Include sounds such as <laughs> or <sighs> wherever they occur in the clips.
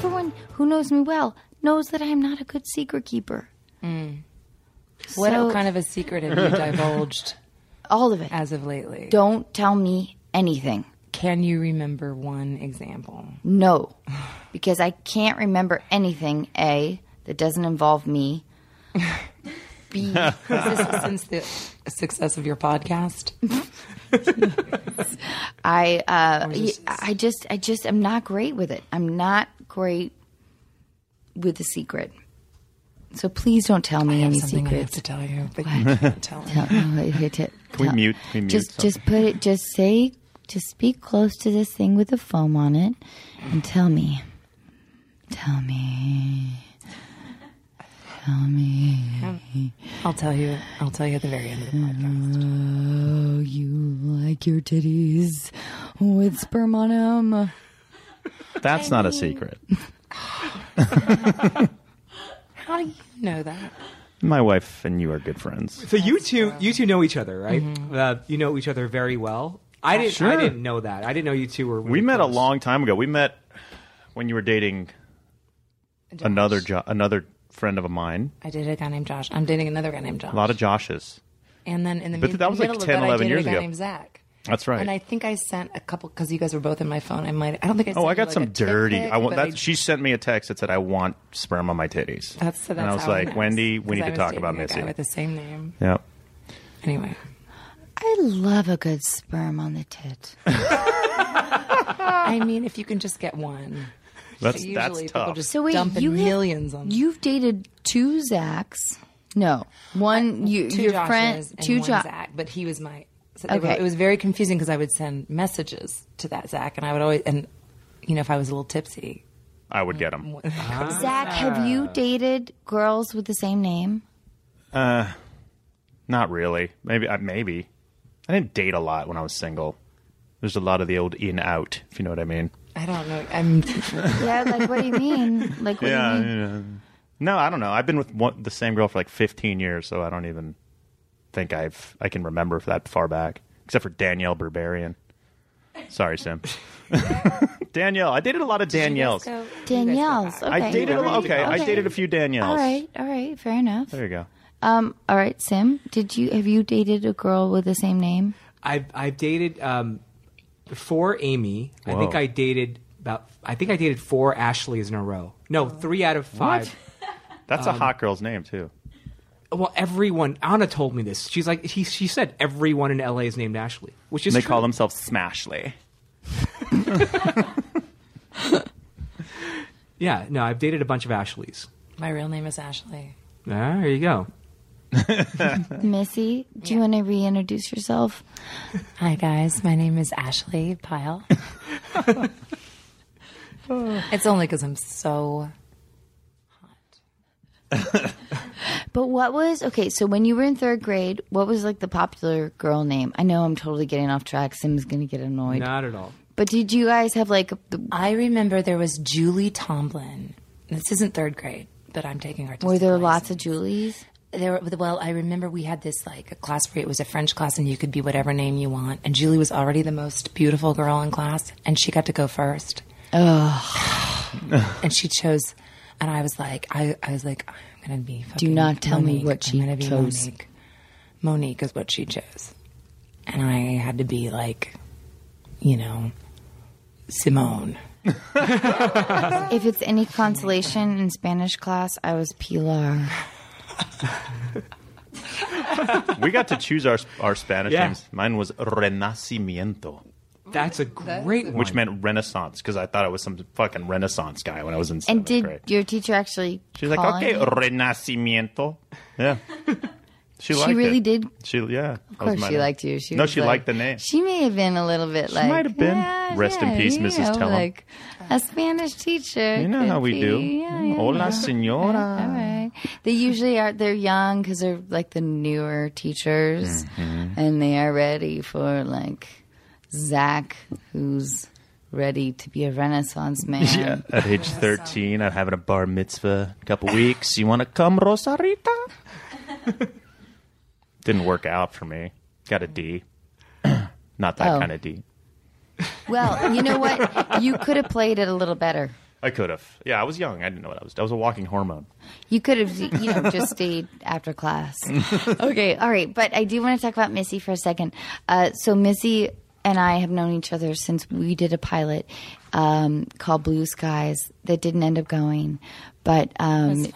who knows me well, knows that I am not a good secret keeper. Mm. What So- kind of a secret have you divulged All of it. as of lately? Don't tell me anything. Can you remember one example? <sighs> No, because I can't remember anything, A, that doesn't involve me. B, Since the success of your podcast, I uh, y- I just I just am not great with it. I'm not great with the secret. So please don't tell me I have any something I have secrets. to tell you, but you can't tell me. Can we mute- can we mute just just put it. Just say. Just speak close to this thing with the foam on it, and tell me. Tell me. Tell me. I'll tell you. Mm-hmm. I'll tell you at the very end of the podcast. Oh, you like your titties with sperm on 'em. That's not a secret. How do you know that? My wife and you are good friends. So you two, you two know each other, right? Uh, you know each other very well. I didn't. I Mm-hmm. Sure. didn't know that. I didn't know you two were. We really met a close. long time ago. We met when you were dating another jo- another friend of mine. I dated a guy named Josh. I'm dating another guy named Josh. A lot of Joshes. and then in the But mid- that was like middle 10, of that, 11 I dated years a guy ago. named Zach. That's right. And I think I sent a couple because you guys were both in my phone. I might. I don't think I. Sent Oh, I you, got like, a some tit dirty. pic, I want but that. She sent me a text that said, "I want sperm on my titties." That's, so that's and I was how like, met. "Wendy, we 'Cause need I to was talk dating about a guy Missy." with the same name. Yeah. Anyway, I love a good sperm on the <laughs> tit. I mean, if you can just get one, That's usually that's people tough. just So wait, dump in you millions on. You've dated two Zachs. No, one you two your Joshes friend and two one Josh. Zach, but he was my. So they were- Okay. it was very confusing because I would send messages to that Zach, and I would always and you know if I was a little tipsy. I would get Mm, them. Zach, have Ah. you dated girls with the same name? Not really. Maybe. I, maybe. I didn't date a lot when I was single. There's a lot of the old in out, if you know what I mean. I don't know. I'm <laughs> Yeah, like what do you mean? Like what do you mean? No, I don't know. I've been with one, the same girl for like 15 years, so I don't even think I've I can remember that far back, except for Danielle Barbarian. Sorry, Sim. <laughs> Danielle. I dated a lot of Danielles. So- Danielle's. Okay. I dated a lot. Okay, I dated a few Danielles. All right, all right, fair enough. There you go. Um, all right, Sim, did you have you dated a girl with the same name? I've I've dated um, before Amy. I think Whoa. I dated about. I think I dated four Ashleys in a row. No, three out of five. That's a hot girl's name too. Well, everyone. Anna told me this. She's like, he, she said everyone in LA is named Ashley, which is they true. call themselves Smashly. Yeah, no, I've dated a bunch of Ashleys. My real name is Ashley. Ah, there you go. Missy, do you want to reintroduce yourself? Hi guys, my name is Ashley Pyle. <laughs> it's only because I'm so But what was okay? So when you were in third grade, what was like the popular girl name? I know I'm totally getting off track. Sim's gonna get annoyed. Not at all. But did you guys have like the, I remember there was Julie Tomlin. This isn't third grade, but I'm taking artistic. were there lots license. of Julies? There, were- well, I remember we had this like a class where it was a French class, and you could be whatever name you want. And Julie was already the most beautiful girl in class, and she got to go first. Oh. and she chose, and I was like, I, I was like, I'm gonna be. Fucking not tell me Monique. what she I'm gonna be chose. Monique. Monique is what she chose, and I had to be like, you know, Simone. If it's any consolation in Spanish class, I was Pilar. we got to choose our our Spanish Yeah. names. Mine was Renacimiento, That's a great one. which meant Renaissance, because I thought I was some fucking Renaissance guy when I was in seventh And did grade. your teacher actually? She's like, call okay, you? Renacimiento. <laughs> Yeah. She, liked really it. did- She yeah. Of Of course, she liked you. She no, was she like- liked the name. She may have been a little bit like. might have been. "Yeah, Rest in yeah, peace, you Mrs. know, Tellum." Like a Spanish teacher. you know could how we be- do. Mm, Yeah, yeah, Hola, yeah. <laughs> señora. All right. They usually are. They're young because they're like the newer teachers, Mm-hmm. and they are ready for like Zach, who's ready to be a Renaissance man. <laughs> Yeah. <laughs> At age thirteen, I'm having a bar mitzvah. in A couple weeks. You want to come, <laughs> Rosarita? Didn't work out for me. Got a D. <clears throat> Not that Oh. kind of D. Well, you know what? You could have played it a little better. I could have. Yeah, I was young. I didn't know what I was. I was a walking hormone. You could have, you know, just stayed after class. okay, all right. But I do want to talk about Missy for a second. Uh, so Missy and I have known each other since we did a pilot um, called Blue Skies that didn't end up going, but um,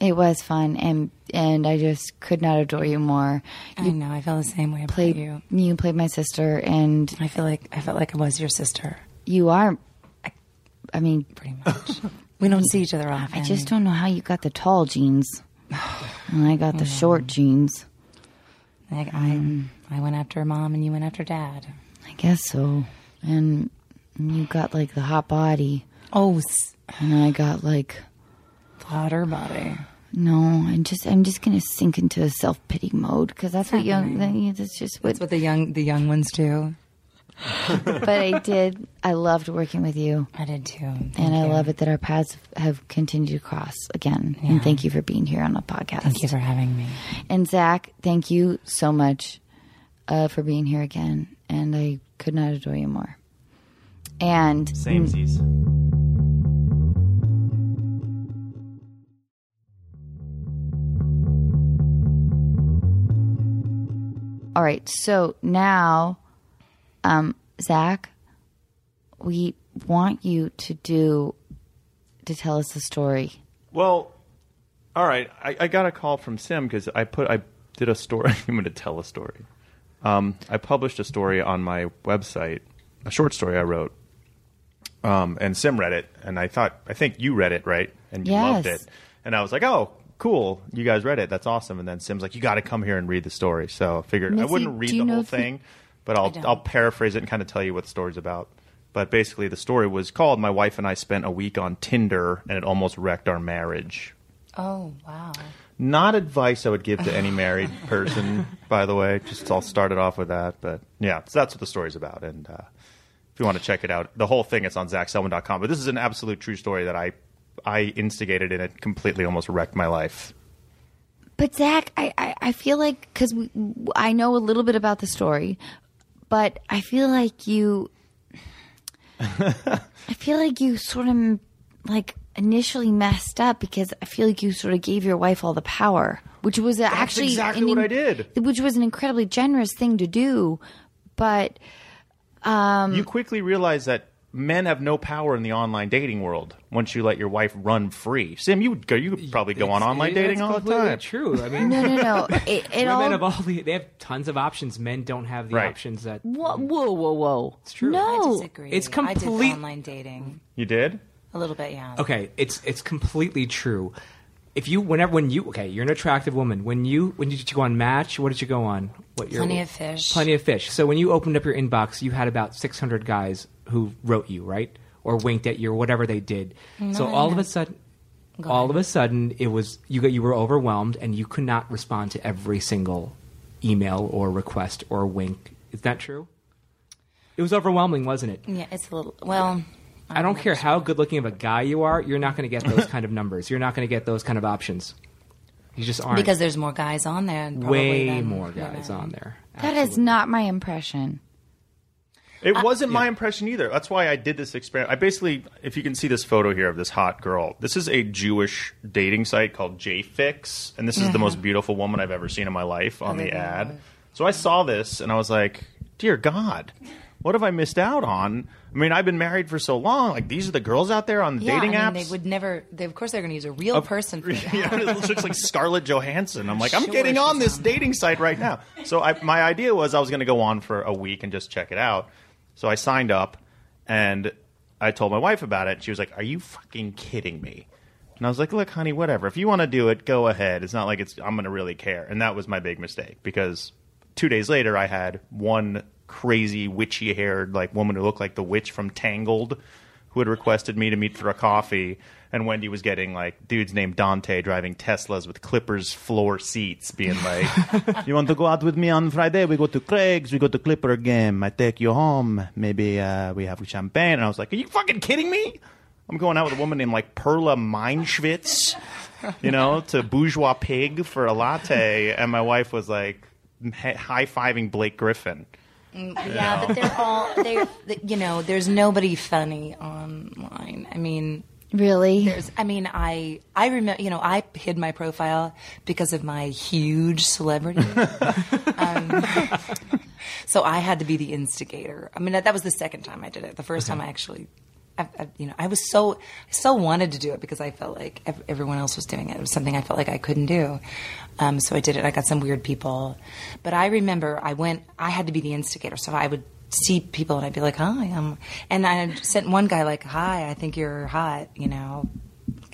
it was fun, and and I just could not adore you more. I know. I feel the same way about Played you. you played my sister, and I feel like I felt like I was your sister, you are. I- I mean, <laughs> pretty much. we don't see each other often. I just don't know how you got the tall jeans, <sighs> and I got the short jeans. Like I, I went after mom and you went after dad. I guess so. And you got like the hot body, Oh, and I got like hotter body. no. I'm just I'm just gonna sink into a self pity mode because that's what young. that- yeah, That's just what. That's what the young the young ones do. <laughs> But <laughs> I did. I loved working with you, I did too. Thank and I you. love it that our paths have continued to cross again. And thank you for being here on the podcast. Thank you for having me. And Zach, thank you so much uh, for being here again. And I could not adore you more. And Samesies. All right. So now, um, Zach, we want you to do to tell us a story. Well, all right. I, I got a call from Sim because I put I did a story. <laughs> I'm going to tell a story. Um, I published a story on my website, a short story I wrote, um, and Sim read it, and I thought I think you read it, right? And you loved Yes. it, and I was like, oh. Cool, you guys read it. That's awesome. And then Sim's like, "You got to come here and read the story." So I figured I Missy, wouldn't read do you the know whole if you- thing, but I'll don't. I'll paraphrase it and kind of tell you what the story's about. But basically, the story was called "My Wife and I Spent a Week on Tinder and It Almost Wrecked Our Marriage." Oh wow. Not advice I would give to any married person, by the way. Just I'll start it off with that. But yeah, so that's what the story's about. And uh, if you want to check it out, the whole thing it's on ZachSelman.com. But this is an absolute true story that I I instigated and it completely almost wrecked my life. But Zach, I I, I feel like because I know a little bit about the story, but I feel like <laughs> you, I feel like you sort of like initially messed up because I feel like you sort of gave your wife all the power, which was actually exactly an what in- I did. which was an incredibly generous thing to do, but. you quickly realize that men have no power in the online dating world once you let your wife run free. Sim, you would go. You could probably go on It's- online that's dating all the completely time. True. I mean, No, no, no. It, it women all. have all the, they have tons of options. Men don't have the Right. options that. whoa, whoa, whoa, whoa! It's true. No, I disagree. Oh, It's I complete- did online dating You did. a little bit. Yeah. Okay, it's it's completely true. If you whenever when you okay, you're an attractive woman. When you when did you go on Match? What did you go on? What your- Plenty of Fish. Plenty of fish. So when you opened up your inbox, you had about 600 guys who wrote you, right? Or winked at you or whatever they did. so I all of know. a sudden all of a sudden it was you got you were overwhelmed and you could not respond to every single email or request or wink. Is that true? It was overwhelming, wasn't it? Yeah, it's a little. Well, I Um, don't care how good looking of a guy you are, you're not going to get those kind of numbers. You're not going to get those kind of options. You just aren't. because there's more guys on there. and probably way than more guys women. on there. that is not my impression. It wasn't my impression either. That's why I did this experiment. I basically, if you can see this photo here of this hot girl, this is a Jewish dating site called JFix, and this is the most beautiful woman I've ever seen in my life on the Other than ad. So I saw this and I was like, dear God, what have I missed out on? I mean, I've been married for so long. Like, these are the girls out there on the Yeah, dating I apps. mean, they would never. They, of course, they're going to use a real person. <laughs> For that. <laughs> yeah, it looks like Scarlett Johansson. I'm like, I'm Sure, getting on she's this on there. dating site right now. So I, my idea was I was going to go on for a week and just check it out. So I signed up and I told my wife about it. She was like, "Are you fucking kidding me?" And I was like, "Look, honey, whatever. If you want to do it, go ahead. It's not like it's I'm going to really care." And that was my big mistake because 2 days later I had one crazy witchy-haired like woman who looked like the witch from Tangled who had requested me to meet for a coffee. And Wendy was getting like dudes named Dante driving Teslas with Clippers floor seats, being like, "You want to go out with me on Friday? We go to Craig's. We go to Clipper game. I take you home. Maybe uh, we have champagne." And I was like, "Are you fucking kidding me? I'm going out with a woman named like Perla Meinschwitz, you know, to Bourgeois Pig for a latte." And my wife was like high fiving Blake Griffin. Yeah, but they're all. They're. th- You know, there's nobody funny online. I mean, Really? There's, I mean, I I remember, you know, I hid my profile because of my huge celebrity. um, so I had to be the instigator. I mean, that, that was the second time I did it. The first time I actually, I, I, you know, I was so I so wanted to do it because I felt like ev- everyone else was doing it. It was something I felt like I couldn't do. Um, so I did it. I got some weird people, but I remember I went. I had to be the instigator, so I would see people and I'd be like, "Hi," I'm, and I sent one guy like, "Hi, I think you're hot," you know.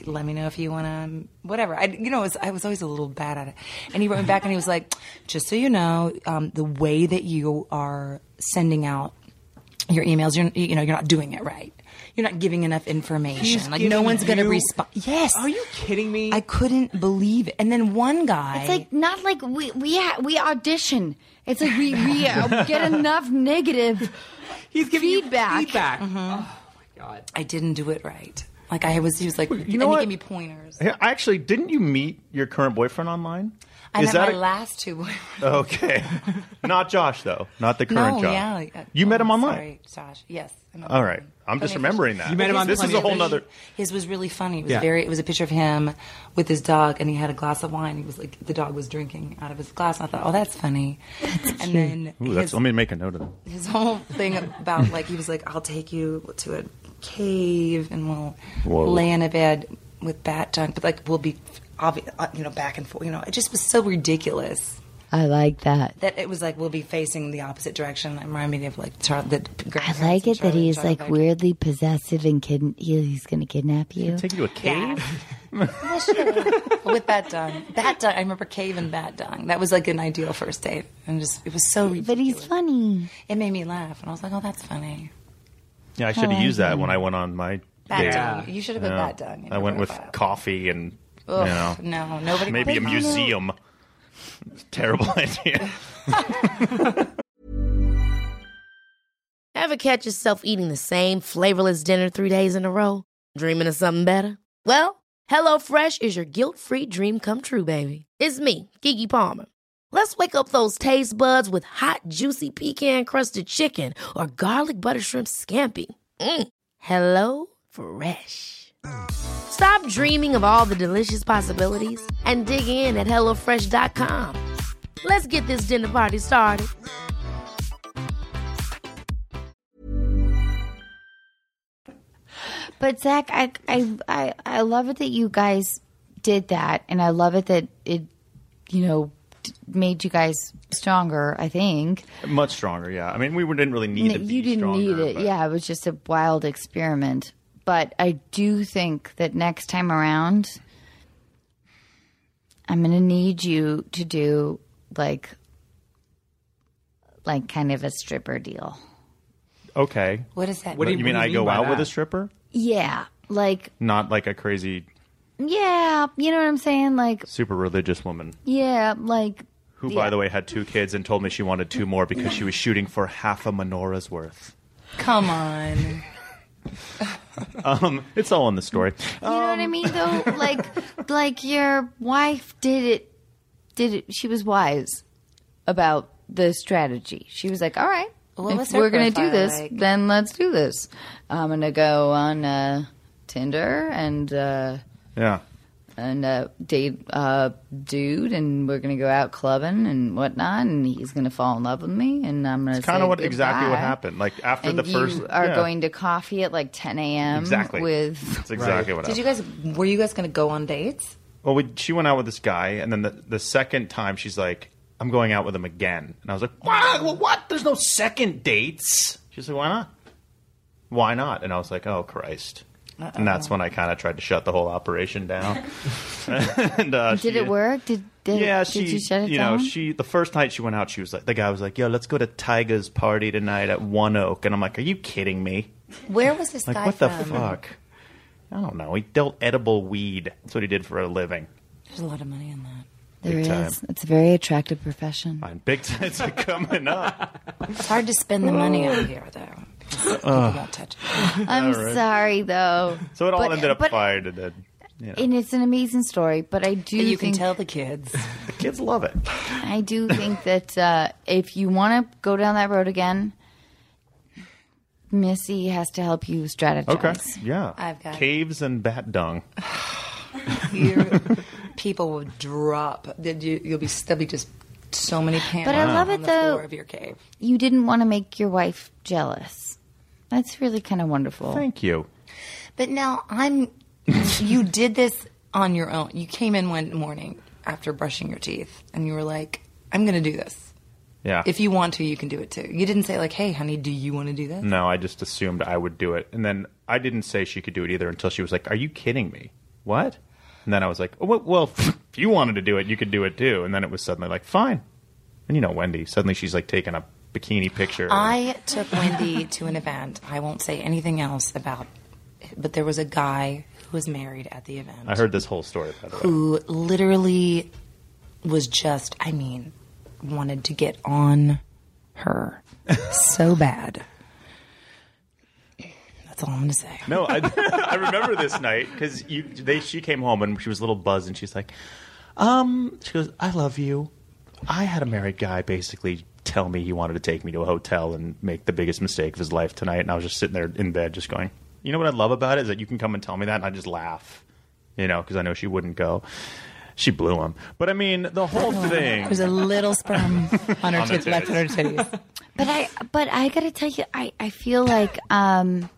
Let me know if you want to, whatever. I, you know, it was, I was always a little bad at it. And he wrote me back and he was like, "Just so you know, um, the way that you are sending out your emails, you're, you know, you're not doing it right. You're not giving enough information. He's like, no giving one's going to you- respond. Yes, Are you kidding me? I couldn't believe it. And then one guy, It's like not like we we ha- we audition. It's like we we uh, get enough negative. He's giving you Feedback. feedback. Mm-hmm. Oh my god. I didn't do it right. Like I was, he was like, you know and what? he gave me pointers. Hey, Actually, didn't you meet your current boyfriend online? I met my a- last two <laughs> boyfriends. okay? <laughs> Not Josh though. Not the current no, Josh. yeah. like, uh, you met him oh, online. Sorry, Josh. Yes. I met him All right. online. I'm just Okay, remembering that. You met him on This is Plenty a of whole Fish. nother. His was really funny. It was Yeah. very. It was a picture of him with his dog, and he had a glass of wine. He was like the dog was drinking out of his glass. And I thought, oh, that's funny. and then Ooh, that's, his, let me make a note of that. his whole thing about like he was like, I'll take you to a cave and we'll Whoa. lay in a bed with bat junk, but like we'll be, obvi- uh, you know, back and forth. You know, it just was so ridiculous I like that. that it was like we'll be facing the opposite direction. It reminded me of like Char- the I like it that he's like weirdly possessive and kid- he, he's going to kidnap you. Take you to a cave. <laughs> with bat dung. Bat dung. I remember cave and bat dung. That was like an ideal first date, and just it was so. Ridiculous. But he's funny. It made me laugh, and I was like, "Oh, that's funny." Yeah, I should have used that when I went on my. Bat date. dung. You should have been Yeah. bat dung. in I your went with profile. coffee and Ugh, you know No, nobody. maybe But, you a know, museum. <laughs> Terrible <laughs> idea. Ever catch yourself eating the same flavorless dinner three days in a row? Dreaming of something better? Well, HelloFresh is your guilt free dream come true, baby. It's me, Gigi Palmer. Let's wake up those taste buds with hot, juicy pecan crusted chicken or garlic butter shrimp scampi. Mm. Hello Fresh. Stop dreaming of all the delicious possibilities and dig in at HelloFresh.com. Let's get this dinner party started. But Zach, I, I I I love it that you guys did that, and I love it that it you know d- made you guys stronger. I think Much stronger. Yeah. I mean, we didn't really need to No, be you didn't stronger, need it but- yeah it was just a wild experiment but i do think that next time around i'm gonna need you to do like like kind of a stripper deal Okay. What is that? What do You mean what do I go by out with that? a stripper? yeah like Not like a crazy, yeah you know what i'm saying like super religious woman yeah like who, by the way, had two kids and told me she wanted two more because she was shooting for half a menorah's worth. Come on. It's all in the story. you know Um, what i mean though <laughs> like like your wife did it did it she was wise about the strategy she was like all right What was if her we're gonna do profile this, like? then let's do this. I'm gonna go on uh, Tinder and uh, Yeah. and uh, date uh, dude, and we're gonna go out clubbing and whatnot, and he's gonna fall in love with me, and I'm gonna Kind say of what exactly what goodbye. happened. Like after And the first, you are yeah. going to coffee at like 10 a.m. exactly Um, with That's exactly what Did happened. you guys? Were you guys going to go on dates? Well, we, she went out with this guy, and then the, the second time she's like, "I'm going out with him again," and I was like, "What? Well, what? There's no second dates." She's like, "Why not? Why not?" And I was like, "Oh Christ!" And that's when I kind of tried to shut the whole <laughs> operation down. <laughs> and uh, Did she- it work? Did, did Yeah, did she. you shut it know, down? she the first night she went out, she was like, the guy was like, "Yo, let's go to Tyga's party tonight at One Oak," and I'm like, "Are you kidding me? Where was this Like, guy what from? the fuck?" I don't know. He dealt edible weed. That's what he did for a living. There's a lot of money in that. there big time. is. It's a very attractive <laughs> profession. Fine. Big tits are coming up. It's hard to spend the money out here though. because people Uh, won't touch it. I'm sorry though. <laughs> So it all But- ended up but- fired, and then you know, And it's an amazing story, but I do you can think tell the <laughs> kids. the kids love it. I do think that uh, if you want to go down that road again, Missy has to help you strategize. Okay. Yeah. I've got- caves and bat dung. Your people will drop. Did you- You'll be there'll be just so many pants. But I love on it, the though. Floor of your cave. You didn't want to make your wife jealous. That's really kind of wonderful. Thank you. But now <laughs> I'm. you did this on your own. You came in one morning after brushing your teeth, and you were like, "I'm going to do this. Yeah. If you want to, you can do it too." You didn't say like, "Hey, honey, do you want to do this?" No, I just assumed I would do it. And then I didn't say she could do it either until she was like, Are you kidding me? What? And then I was like, oh, Well, well <laughs> if you wanted to do it, you could do it too. And then it was suddenly like, Fine. And you know, Wendy, suddenly she's like taking a bikini picture. I took Wendy to an event. I won't say anything else about. But there was a guy who was married at the event. I heard this whole story, by the way. who literally was just, I mean, wanted to get on her <laughs> so bad. That's all I'm going to say. No, I, <laughs> I remember this night because they she came home and she was a little buzzed and she's like, um, she goes, I love you. I had a married guy basically tell me he wanted to take me to a hotel and make the biggest mistake of his life tonight, and I was just sitting there in bed just going, you know what I love about it is that you can come and tell me that, and I just laugh, you know, because I know she wouldn't go. She blew him, but I mean the whole thing. There's a little sperm on her <laughs> On the tits, left on her titties. But I but I gotta tell you, I, I feel like um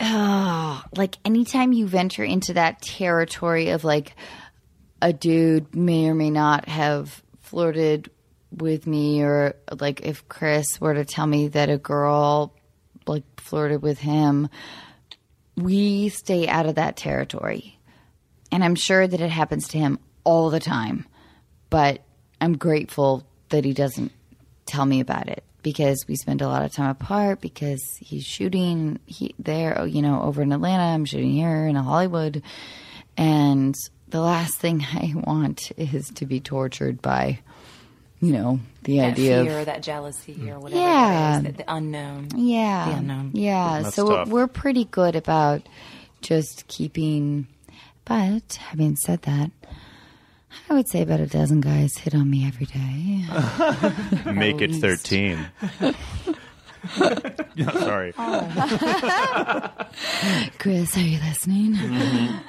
oh, like anytime you venture into that territory of like a dude may or may not have flirted with me or like if Chris were to tell me that a girl like flirted with him, we stay out of that territory. And I'm sure that it happens to him all the time. But I'm grateful that he doesn't tell me about it because we spend a lot of time apart because he's shooting he, there, oh, you know, over in Atlanta. I'm shooting here in Hollywood. And the last thing <laughs> I want is to be tortured by, you know, the That idea of fear, that jealousy, or whatever Yeah. it is, that the unknown. yeah. The unknown. Yeah. That's so tough. we're pretty good about just keeping. But having said that, I would say about a dozen guys hit on me every day. Make it least. thirteen. <laughs> Yeah, Sorry. Chris, are you listening?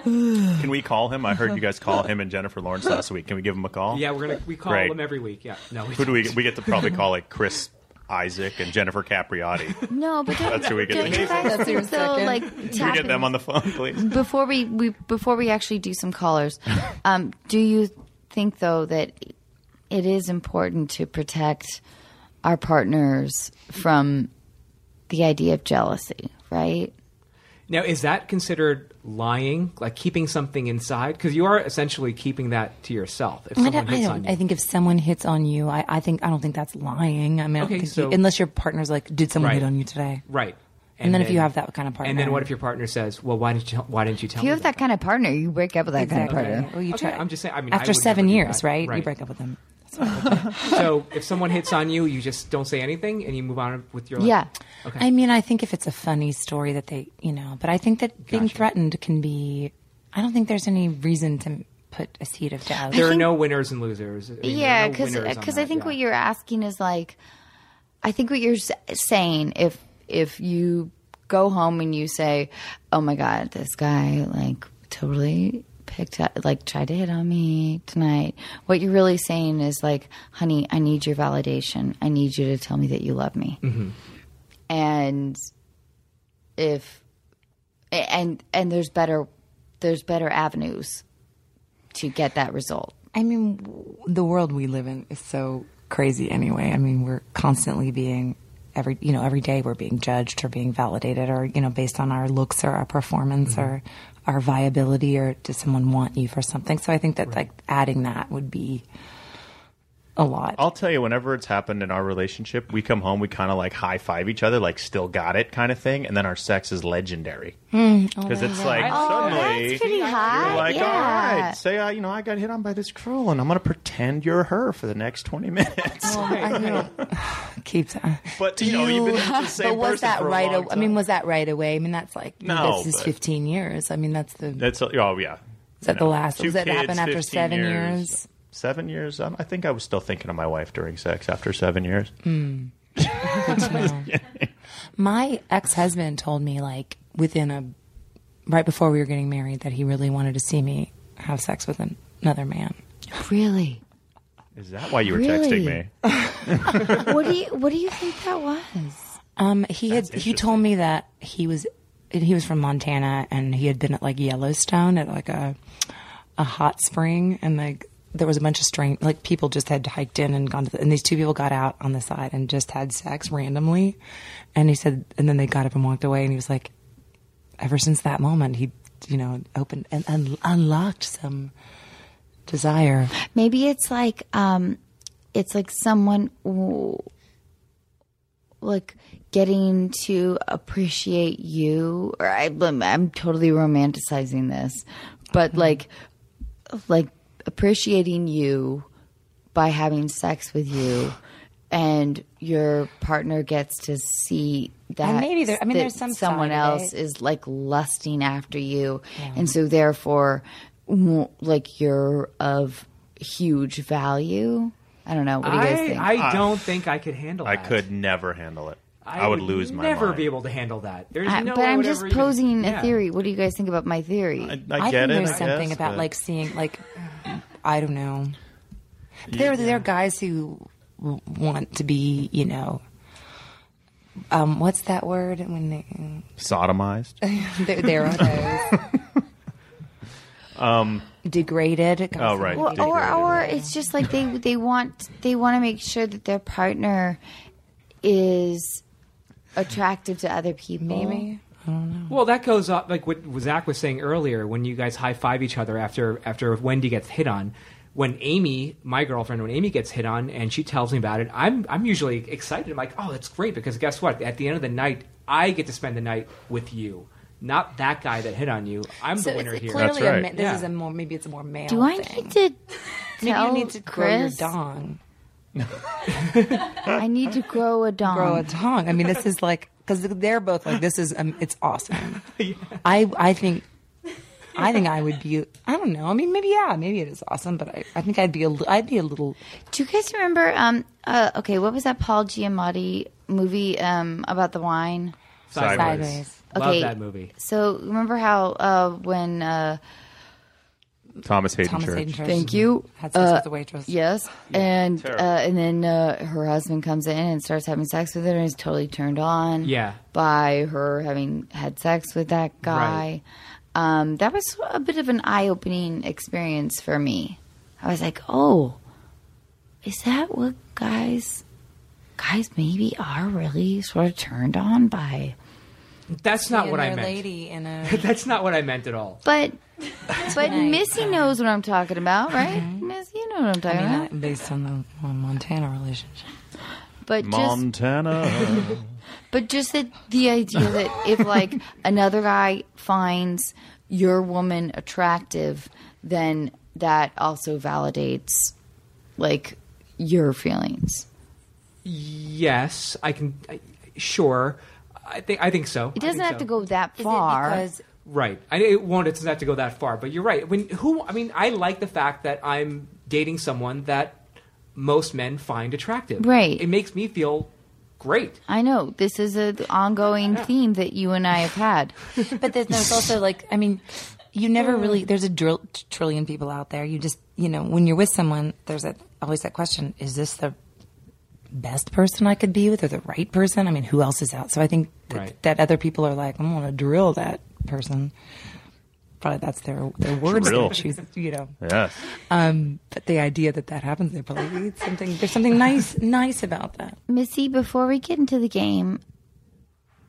Can we call him? I heard you guys call him and Jennifer Lawrence last week. Can we give him a call? Yeah, we're gonna we call Great. them every week. Yeah, no, we Who do we we get to probably call like Chris Isaac and Jennifer Capriati? No, but don't, That's who we get don't to you use. guys That's your think though, second. like Can we tap get them on the phone, please? before we, we before we actually do some <laughs> callers. Um, do you think though that it is important to protect our partners from the idea of jealousy? Right. Now, is that considered lying? Like keeping something inside? Because you are essentially keeping that to yourself. If I, someone don't, I, hits on don't, you. I think if someone hits on you, I, I think I don't think that's lying. I mean, I don't Okay, think so- you, unless your partner's like, "Did someone Right. hit on you today?" right. And, then, if you have that kind of partner, and then what if your partner says, "Well, why didn't you? Why didn't you tell If you me have that kind of partner, you break up with that Exactly. kind of partner. Well, you Okay, try. I'm just saying, I mean, I after would seven never do years, that. right? You Right. break up with them. so if someone hits on you, you just don't say anything and you move on with your life. Yeah. Okay. I mean, I think if it's a funny story that they, you know, but I think that being threatened can be. I don't think there's any reason to put a seed of doubt. there are no winners and losers. I mean, there are yeah no because winners on i that, think yeah. what you're asking is like i think what you're s- saying if if you go home and you say oh my god this guy like totally picked up like tried to hit on me tonight what you're really saying is like honey i need your validation i need you to tell me that you love me Mm-hmm. and if and and there's better there's better avenues to get that result I mean, w- the world we live in is so crazy anyway. I mean, we're constantly being every, you know, every day we're being judged or being validated or, you know, based on our looks or our performance or our viability or does someone want you for something. So I think that like adding that would be a lot. I'll tell you, whenever it's happened in our relationship, we come home, we kind of like high five each other, like still got it kind of thing, and then our sex is legendary Oh, because it's like suddenly That's pretty hot. you're like, yeah. all right, say, uh, you know, I got hit on by this girl, and I'm gonna pretend you're her for the next twenty minutes. Oh. <laughs> <sighs> Keeps. uh, But, you know, you've <laughs> been with the same but was person that for a right? long I mean, time. was that right away? I mean, that's like No, that's just but- fifteen years. I mean, that's the That's oh yeah. that You the last- two does that happen after 15 seven years? Um, Mm. Seven years. I I think I was still thinking of my wife during sex after seven years. My ex husband told me, like, within a right before we were getting married, that he really wanted to see me have sex with an- another man. Really? Is that why you were Really? texting me? What do you What do you think that was? Um, he had he told me that he was and he was from Montana and he had been at like Yellowstone at like a a hot spring and like there was a bunch of strange like people just had hiked in and gone to the, and these two people got out on the side and just had sex randomly and he said and then they got up and walked away and he was like ever since that moment he you know opened and un- unlocked some desire Maybe it's like um, it's like someone w- like getting to appreciate you. Or I, I'm totally romanticizing this, but like like appreciating you by having sex with you. And your partner gets to see that maybe there- I mean, that there's some someone side of else is like lusting after you and so therefore w- like you're of huge value i don't know what do you guys I, think I don't think I could handle Uh, I that. could never handle it. I, would, lose my Never mind. be able to handle that. There's I- no but way I i'm would just ever even- posing a Yeah. theory what do you guys think about my theory I, I, I get think it. there's I something guess, about but- like seeing like I don't know. There there are guys who w- want to be, you know, um, what's that word when they, sodomized. <laughs> there, there are those. <laughs> degraded. guys Um, Oh, who- right. Well, or Degraded. or it's just like they they want they want to make sure that their partner is attractive to other people Maybe. Well, that goes up like what Zach was saying earlier when you guys high five each other after after Wendy gets hit on. When Amy, my girlfriend, when Amy gets hit on and she tells me about it, I'm I'm usually excited. I'm like, oh, that's great because guess what? At the end of the night, I get to spend the night with you, not that guy that hit on you. I'm So the winner it's here. clearly That's a, ma- right. this Yeah. is a more maybe it's a more male. do i thing. need to Maybe tell you need to grow your chris dong? i need to grow a dong grow a tongue. I mean, this is like because they're both like this is um, it's <laughs> awesome. I I think I think I would be. I don't know. I mean, maybe yeah, maybe it is awesome, but I, I think I'd be a li- I'd be a little. Do you guys remember? Um, uh, okay, what was that Paul Giamatti movie um, about the wine? Sideways. Sideways. Love Okay. that movie. So remember how uh, when? Uh, Thomas Hayden Thomas Church. Hayden Church. you. Mm-hmm. Had Uh, sex with the waitress. Yes, and uh, and then uh, her husband comes in and starts having sex with her, and is totally turned on. Yeah. by her having had sex with that guy. Um, that was a bit of an eye-opening experience for me. I was like, oh, is that what guys? Guys, maybe are really sort of turned on by, That's not And what I their meant. Lady in a <laughs> That's not what I meant at all. <laughs> but but Missy knows what I'm talking about, right? Miss, you know what I'm talking I mean, about. not based on the on Montana relationship. But just <laughs> Montana. But just that the idea that if like another guy finds your woman attractive, then that also validates like your feelings. Yes, I can. I, sure, I think I think so. It doesn't have to go that Is it far. because Right. I, it won't. It doesn't have to go that far. But you're right. When who? I mean, I like the fact that I'm dating someone that most men find attractive. Right. It makes me feel great. I know this is an ongoing theme that you and I have had. But then there's also like, I mean, you never really. There's a drill, trillion people out there. You just, you know, when you're with someone, there's that always that question: Is this the best person I could be with, or the right person? I mean, who else is out? So I think that, Right. that other people are like, I'm going to drill that person. Probably that's their their words. Drill. They're choosing, you know. yes. Um, but the idea that that happens, they probably need something. There's something nice nice about that. Missy, before we get into the game,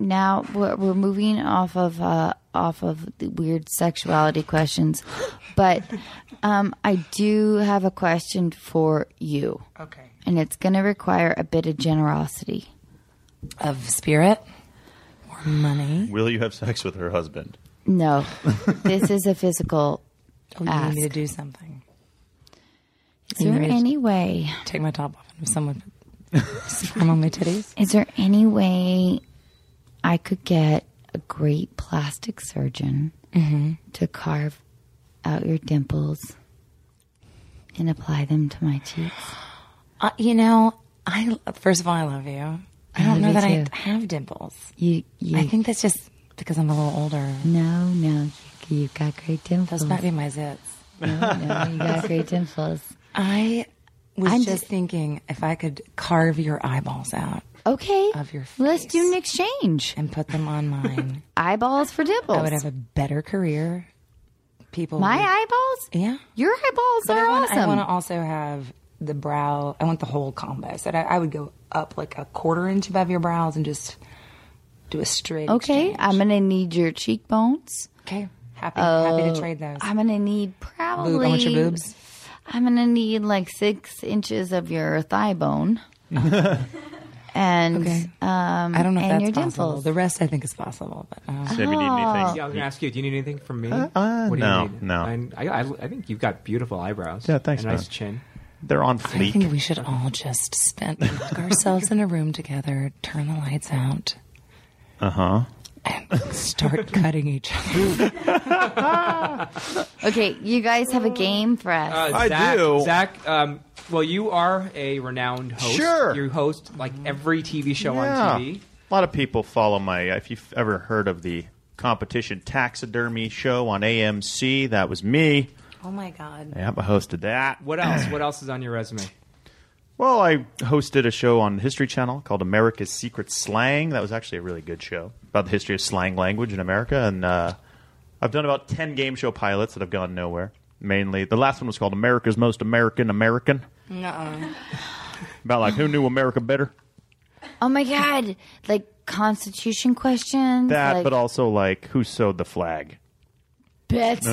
now we're, we're moving off of uh, off of the weird sexuality questions, but um, I do have a question for you, Okay. and it's going to require a bit of generosity. Of spirit or money. Will you have sex with her husband? No, this is a physical. Oh, you need me to Ask. do something. Is there Image. any way? take my top off and if someone sperm on my titties. Is there any way I could get a great plastic surgeon Mm-hmm. to carve out your dimples and apply them to my cheeks? Uh, you know, I first of all, I love you. I don't Yeah, know me that I too. have dimples. You, you, I think that's just because I'm a little older. no, no, you, you've got great dimples. Those might be my zits. no, no, you <laughs> got great dimples. I was I'm just d- thinking if I could carve your eyeballs out Okay, Of your let's do face. an exchange. and put them on mine, Eyeballs for I would dimples. have a better career. People, My would- eyeballs. yeah. Your eyeballs But are I want, awesome. I want to also have the brow. I want the whole combo. So that I, I would go up like a quarter inch above your brows and just do a straight. okay, exchange. I'm gonna need your cheekbones. okay. Happy, happy to trade those. I'm gonna need probably. Boob, I want your boobs. I'm gonna need like six inches of your thigh <laughs> bone. and Okay. um, I don't know if and that's your possible. dimples. The rest I think is possible, but uh, I don't know. If you need Ah. anything, Yeah, I was gonna ask you. Do you need anything from me? Mm-hmm. uh, what do no, you need? no. I'm- I, I, I think you've got beautiful eyebrows. Yeah, thanks, A nice man. chin. they're on I fleek. think we should all just spend lock ourselves in a room together, turn the lights out, Uh huh. and start cutting each other. Okay, you guys have a game for us. Uh, I Zach, do. Zach, um, well, you are a renowned host. Sure. You host like every TV show on TV. A lot of people follow my. If you've ever heard of the competition taxidermy show on AMC, that was me. Oh my god! Yep, I hosted that. What else? what else is on your resume? Well, I hosted a show on the History Channel called America's Secret Slang. That was actually a really good show about the history of slang language in America. And uh, I've done about 10 game show pilots that have gone nowhere. Mainly, the last one was called America's Most American American. nuh About like who knew America better? oh my god, like constitution questions. That, like, but also like who sewed the flag? Betsy.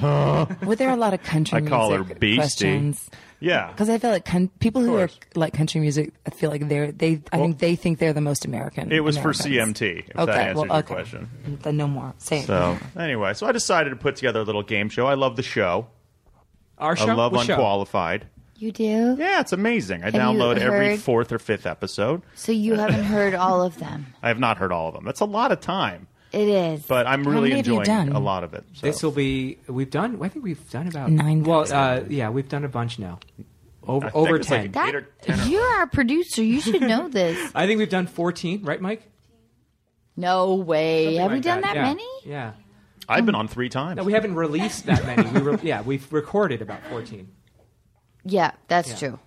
Were there a lot of country I music call her Beastie. questions? Yeah. Because I feel like con- people who are, course. like country music, I feel like they're they. I think they think they're the most American. It was for Americans. CMT, if that Okay, answers well, your okay. question. Then no more. Say it. So, anyway, so I decided to put together a little game show. I love the show. Our show. I love What show? Unqualified. You do? Yeah, it's amazing. I you download every heard- fourth or fifth episode. So you haven't heard all of them. I have not heard all of them. That's a lot of time, It is. but I'm really many have you enjoying done? a lot of it. So. This will be. We've done. I think we've done about Nine Well, uh, yeah, we've done a bunch now. I Over think over it's like ten. a- that eight or ten or- you're our producer. You should know <laughs> this. I think we've done fourteen, right, Mike? No way. Something have we like done that, yeah. many? Yeah. I've been on three times. No, we haven't released that many. We re- yeah, we've recorded about fourteen. Yeah, that's true.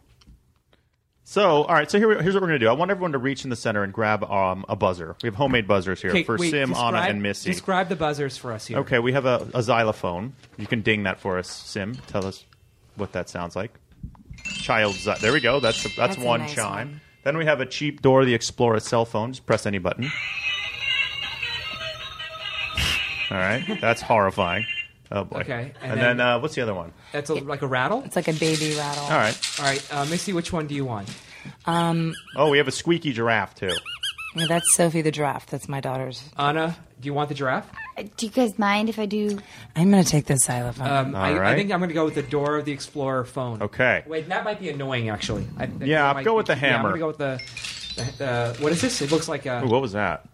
so, all right. So here we, here's what we're gonna do. I want everyone to reach in the center and grab um, a buzzer. We have homemade buzzers here Okay, for wait, Sim, describe, Anna, and Missy. Describe the buzzers for us here. Okay, we have a, a xylophone. You can ding that for us, Sim. Tell us what that sounds like. Child, xy- there we go. That's that's, That's a one nice chime. one. Then we have a cheap door, the Explorer cell phone. Just press any button. <laughs> All right, that's horrifying. Oh boy. Okay, and and, then- then, uh, what's the other one? That's a, like a rattle. It's like a baby rattle. All right. All right, uh, Missy, which one do you want? Oh, we have a squeaky giraffe too. Yeah, that's Sophie the giraffe. That's my daughter's. Anna, do you want the giraffe? Uh, Do you guys mind if I do? I'm gonna take this xylophone. Um, I, All I right. think I'm going to go with the door of the Explorer phone. Okay. Wait, that might be annoying, actually. I, that Yeah, might go be- with the Yeah, I'm hammer. going to go with the. the uh, what is this? It looks like a. Ooh, what was that?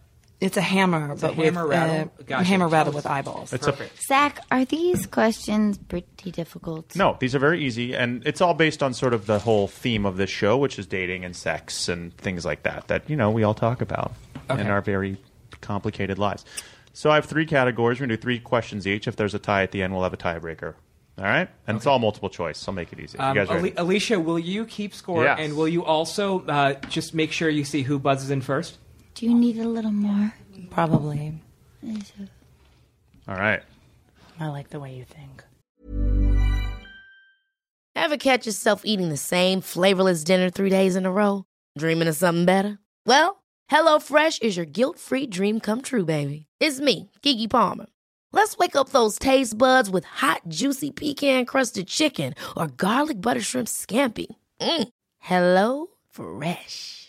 it's a hammer, but hammer with, rattle? uh, Gotcha. hammer rattle with eyeballs. It's a- Perfect. Zach, are these questions pretty difficult? No, these are very easy, and it's all based on sort of the whole theme of this show, which is dating and sex and things like that that you know we all talk about in our very complicated lives. So I have three categories. We're gonna do three questions each. If there's a tie at the end, we'll have a tiebreaker. All right, and it's all multiple choice. So I'll make it easy. Um, you guys ready? Ali- Alicia, will you keep score? Yes. And will you also uh, just make sure you see who buzzes in first? Do you need a little more? Probably. all right. I like the way you think. Ever catch yourself eating the same flavorless dinner three days in a row? Dreaming of something better? Well, HelloFresh is your guilt free dream come true, baby. It's me, Gigi Palmer. Let's wake up those taste buds with hot, juicy pecan crusted chicken or garlic butter shrimp scampi. Mm. Hello Fresh.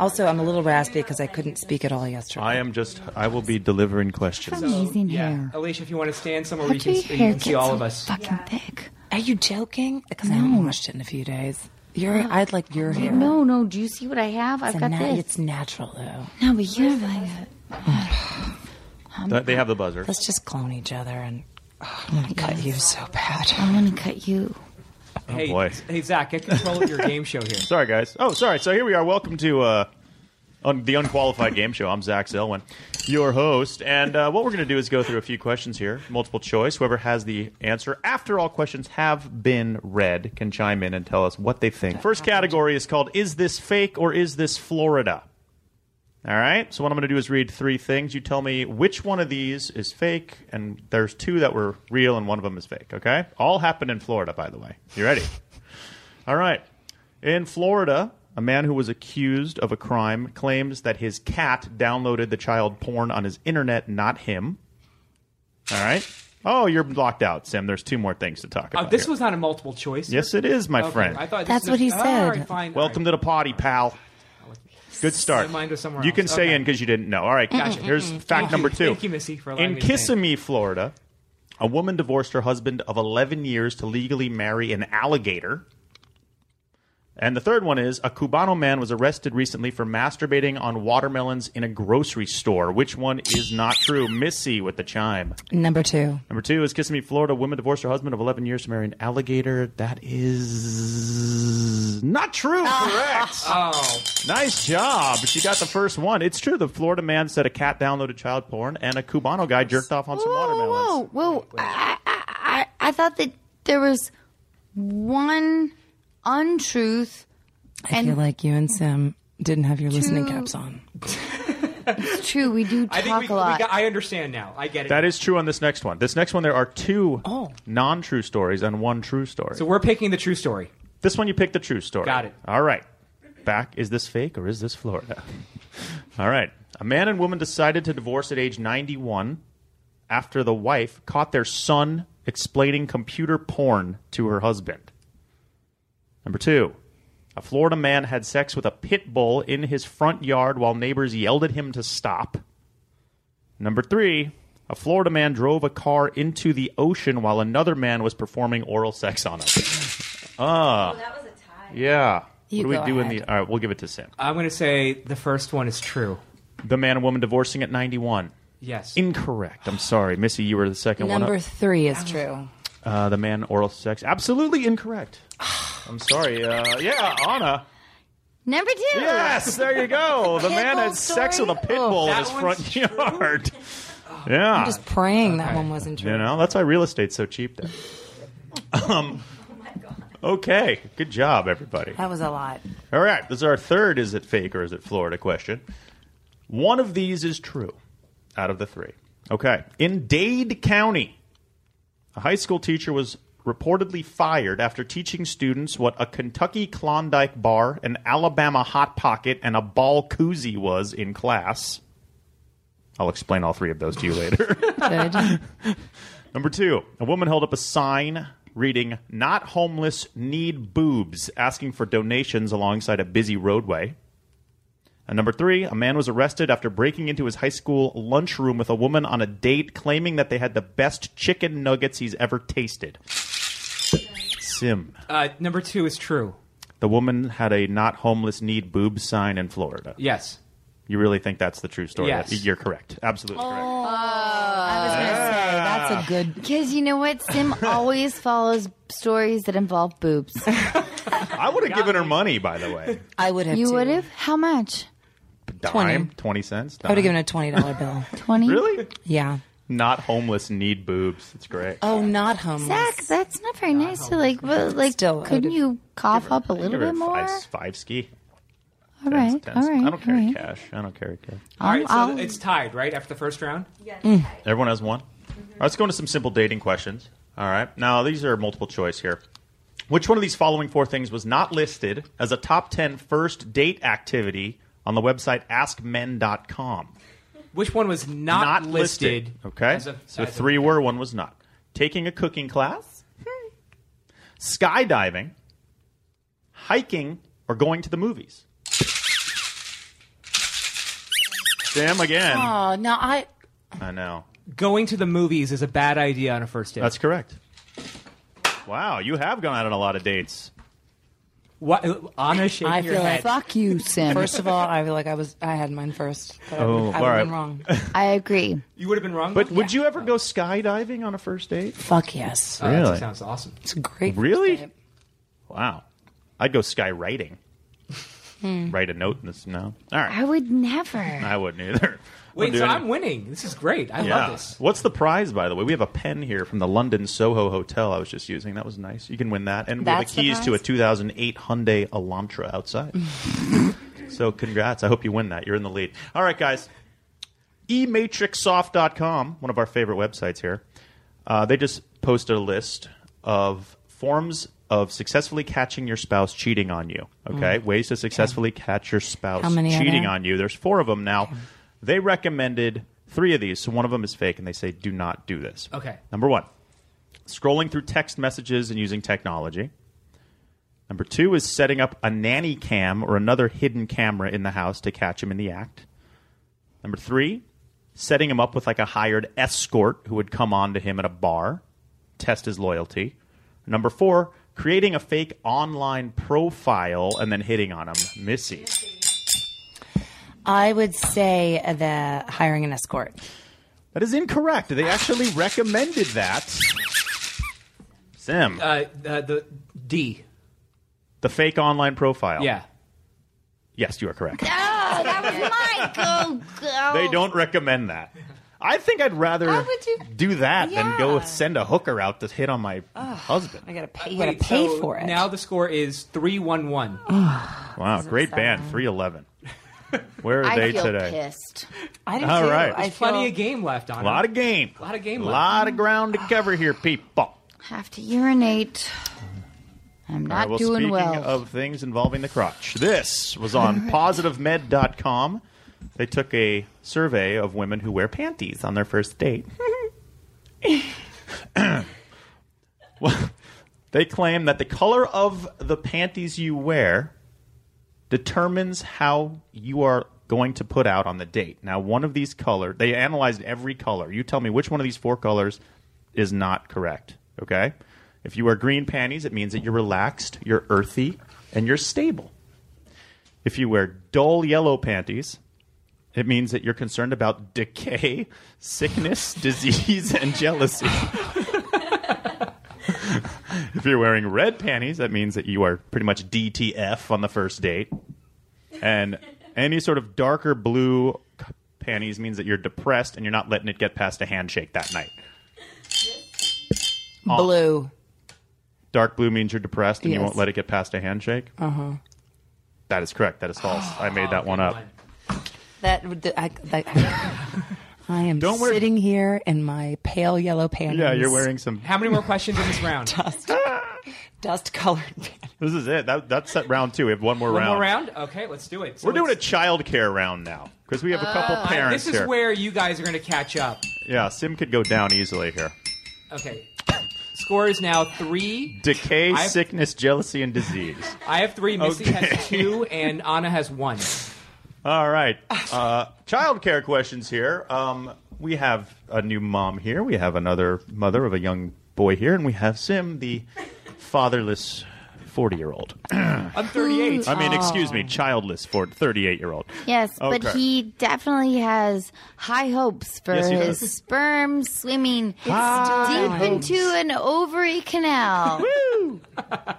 Also, I'm a little raspy because I couldn't speak at all yesterday. I am just. I will be delivering questions. Amazing yeah. hair. Alicia, if you want to stand somewhere How where you do can, your see- you hair can get see all so of us. fucking thick? Are you joking? Because I haven't washed it in a few days. Your, I'd like your hair. No, no. Do you see what I have? I've It's, a got nat- this. it's natural though. No, but you have like a Th- They have the buzzer. Let's just clone each other and oh, I'm gonna cut you so bad. I'm gonna cut you. hey, Oh, boy. hey, Zach, get <laughs> control of your game show here. Sorry, guys. Oh, sorry. So here we are. Welcome to uh, un- the Unqualified Game Show. I'm Zach Zelwin, your host. And uh, what we're going to do is go through a few questions here, multiple choice. Whoever has the answer after all questions have been read can chime in and tell us what they think. First category is called Is This Fake or Is This Florida? All right. So what I'm going to do is read three things. You tell me which one of these is fake, and there's two that were real, and one of them is fake. Okay. All happened in Florida, by the way. You ready? <laughs> All right. In Florida, a man who was accused of a crime claims that his cat downloaded the child porn on his internet, not him. All right. Oh, you're blocked out, Sim. There's two more things to talk Oh, about. this here. was not a multiple choice. yes, it is, my Okay, friend. I thought this That's was- what he all said. right, fine, all Welcome right. to the potty, pal. Good start. My mind was somewhere you can else. stay Okay. in because you didn't know. All right, gotcha. Here's fact Thank number you. two. Thank you, Missy, for allowing In me to say it. Kissimmee, Florida, a woman divorced her husband of 11 years to legally marry an alligator. And the third one is a Cubano man was arrested recently for masturbating on watermelons in a grocery store. Which one is not true? Missy with the chime. Number two. Number two is Kissimmee, Florida. Woman divorced her husband of 11 years to marry an alligator. That is not true. Correct. Oh, Nice job. She got the first one. It's true. The Florida man said a cat downloaded child porn, and a Cubano guy jerked off on some watermelons. Whoa, whoa! I, I, I, I thought that there was one untruth. I And- feel like you and Sim didn't have your listening Two. caps on. It's true. We do <laughs> I talk think we, a we lot. got, I understand now. I get it. That is true on this next one. This next one, there are two Oh. non-true stories and one true story. so we're picking the true story. this one, you picked the true story. Got it. All right. Back. Is this fake or is this Florida? <laughs> All right. A man and woman decided to divorce at age 91 after the wife caught their son explaining computer porn to her husband. Number two, a Florida man had sex with a pit bull in his front yard while neighbors yelled at him to stop. Number three, a Florida man drove a car into the ocean while another man was performing oral sex on him. Ah. Yeah. You what go do we do in ahead. the. All right, we'll give it to Sim. I'm going to say the first one is true. The man and woman divorcing at 91. Yes. Incorrect. I'm sorry. Missy, you were the second one. Number up. three is true. Uh, the man oral sex. <sighs> Absolutely incorrect. I'm sorry. Uh, yeah, Anna. Number two. <laughs> Yes, there you go. The Pit man bull had sex with story? a pit bull in That his one's front true? yard. <laughs> Yeah. Just praying that one wasn't true. You know, that's why real estate's so cheap <laughs> there. Um, okay, good job, everybody. That was a lot. All right, this is our third is it fake or is it Florida question. One of these is true out of the three. Okay, in Dade County, a high school teacher was reportedly fired after teaching students what a Kentucky Klondike bar, an Alabama Hot Pocket, and a ball koozie was in class. I'll explain all three of those to you later. Good. Number two, a woman held up a sign reading, Not homeless, need boobs, asking for donations alongside a busy roadway. And number three, a man was arrested after breaking into his high school lunchroom with a woman on a date, claiming that they had the best chicken nuggets he's ever tasted. Sim. Uh, number two is true. The woman had a not homeless need boobs sign in Florida. Yes. You really think that's the true story? Yes. You're correct. Absolutely Oh. correct. I was gonna say Ah. that's a good. Because you know what? <laughs> Sim always follows stories that involve boobs. I would have given her money, by the way. I would have. You too. would have? How much? Dime, 20. 20, cents. I would have dime. given a twenty dollar bill. 20? Really? Yeah. Not homeless need boobs. That's great. Oh, not homeless. Zach, that's not very nice to like, but like, Still, I couldn't would've- you cough up a little Give her bit more? Five, five ski. All right, Tens- all right, I don't carry all right. cash. I don't carry cash. All right, so Um, I'll- th- it's tied, right? After the first round? Everyone has one. All right, let's go into some simple dating questions. All right. Now, these are multiple choice here. Which one of these following four things was not listed as a top 10 first date activity on the website askmen.com? Which one was not, Not listed? listed. Okay. as a- so as a- three were, one was not. Taking a cooking class, skydiving, hiking, or going to the movies? Sam again. Oh, now I. I know. Going to the movies is a bad idea on a first date. That's correct. Wow, you have gone out on a lot of dates. what, Anna, shake I your feel head. Fuck you, Sam. First of all, I feel like I was. I had mine first. but I Oh, would've- I all would've right. been <laughs> wrong. I agree. you would have been wrong. But though? would you ever go skydiving on a first date? Fuck yes. Oh, that Really? sounds awesome. It's a great. Really? Wow. I'd go skywriting. Write a note in this now. All right. I would never. I wouldn't either. Wouldn't Wait, do so any- I'm winning. This is great. I yeah. love this. What's the prize, by the way? We have a pen here from the London Soho Hotel I was just using. That was nice. You can win that. And we have the That's the keys to a prize? 2008 Hyundai <laughs> Elantra outside. so congrats. I hope you win that. You're in the lead. All right, guys. E ematrixsoft.com, one of our favorite websites here. Uh, they just posted a list of forms of successfully catching your spouse cheating on you. Okay, ways to successfully catch your spouse Mm. How many are cheating there? on you. There's four of them now. They recommended three of these, so one of them is fake, and they say do not do this. Okay. Number one, scrolling through text messages and using technology. Number two is setting up a nanny cam or another hidden camera in the house to catch him in the act. Number three, setting him up with like a hired escort who would come on to him at a bar, test his loyalty. Number four, creating a fake online profile and then hitting on him. Missy. I would say the hiring an escort. That is incorrect. They actually recommended that. Sim. Uh, the, the D. the fake online profile. Yeah. Yes, you are correct. Oh, that was Michael. <laughs> They don't recommend that. I think I'd rather would you- do that than go Yeah. send a hooker out to hit on my I husband. gotta pay. You gotta Wait, pay so for it. Oh, Now the score is 3 1 1. Wow, great band, 311. <laughs> Where are I they feel today? pissed. I do All too. right. I There's feel, Plenty of game left on A lot of game. A Lot of game A left. lot of ground to cover here, people. Have to urinate. I'm All not right, well, doing speaking well. of things involving the crotch, this <laughs> was on positivemed.com. They took a survey of women who wear panties on their first <laughs> date. <coughs> Well, they claim that the color of the panties you wear determines how you are going to put out on the date. Now, one of these color, they analyzed every color. You tell me which one of these four colors is not correct, okay? If you wear green panties, it means that you're relaxed, you're earthy, and you're stable. If you wear dull yellow panties, it means that you're concerned about decay, <laughs> sickness, disease, and jealousy. if you're wearing red panties, that means that you are pretty much DTF on the first date. And any sort of darker blue c- panties means that you're depressed and you're not letting it get past a handshake that night. blue. Dark blue means you're depressed and you Yes. won't let it get past a handshake. Uh Uh-huh. huh. That is correct. That is <gasps> false. I made that one up. That, would- the- I, that <laughs> I am Don't wear- sitting here in my pale yellow panties. Yeah, you're wearing some How many more questions in <laughs> this round? dust <laughs> colored Oh. panties. This is it. That, that's set round two. We have one more One round. more round? Okay, let's do it. So We're doing a it's- child care round now because we have a couple parents Oh, This is here. where you guys are going to catch up. yeah, Sim could go down easily here. Okay. Score is now 3. Decay, I've- sickness, jealousy, and disease. I have 3, Missy Okay. has 2, and Anna has 1. All right. Uh, child care questions here. Um, we have a new mom here. We have another mother of a young boy here, and we have Sim, the fatherless forty-year-old. <sighs> I'm 38. I mean, excuse me, childless for thirty-eight-year-old. Yes, but Okay. he definitely has high hopes for Yes, he his does. <laughs> sperm swimming deep High into an ovary <laughs> canal. Woo!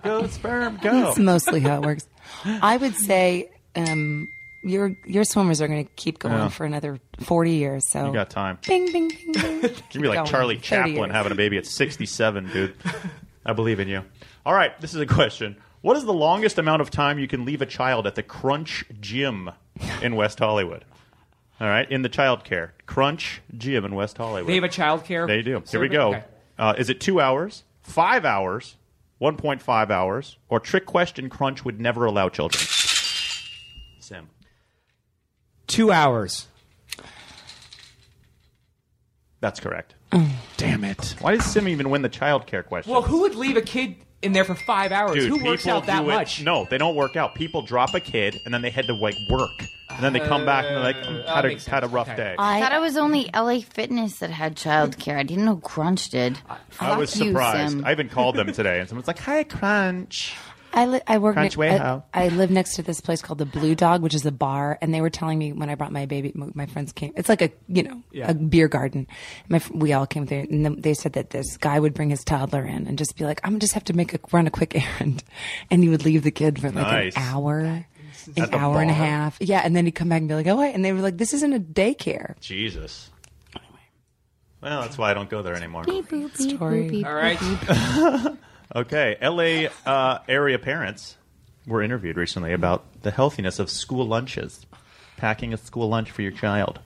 Go sperm, go. That's mostly how it works. I would say um, your your swimmers are going to keep going for another forty years. So You got time. Bing, bing, bing, bing. You'd be like Going Charlie 30 Chaplin years. having a baby at 67, dude. I believe in you. All right, this is a question. What is the longest amount of time you can leave a child at the Crunch Gym in West Hollywood? All right, in the child care. Crunch Gym in West Hollywood. They have a child care. They do. Here we service? go. Okay. Uh, is it two hours, five hours, 1.5 hours, or trick question crunch would never allow children? Sim. Two hours. That's correct. Damn it. Why did Sim even win the child care question? Well, who would leave a kid in there for five hours? Dude, who works people out that do it- much? No, they don't work out. People drop a kid and then they head to like work. And then they come back and they're like, "Mm, Uh, that had makes a, had a sense. rough Okay. day. I thought it was only LA Fitness that had childcare. I didn't know Crunch did. I was Fuck you, surprised. Sim. I even called them today and someone's like, hi, Crunch. I, li- I work. Crunch ne- I, Wayhoe. I live next to this place called the Blue Dog, which is a bar, and they were telling me when I brought my baby, m- my friends came. It's like a you know Yeah. a beer garden. My fr- we all came there, and then they said that this guy would bring his toddler in and just be like, "I'm gonna just have to make a run a quick <laughs> errand," and he would leave the kid for like Nice. an hour. At An the hour and a bar? half, yeah, and then he'd come back and be like, "Oh, wait," and they were like, "This isn't a daycare." Jesus. Well, that's why I don't go there anymore. Story. All right. Mm-hmm. Okay, LA uh, area parents were interviewed recently about the healthiness of school lunches, packing a school lunch for your child.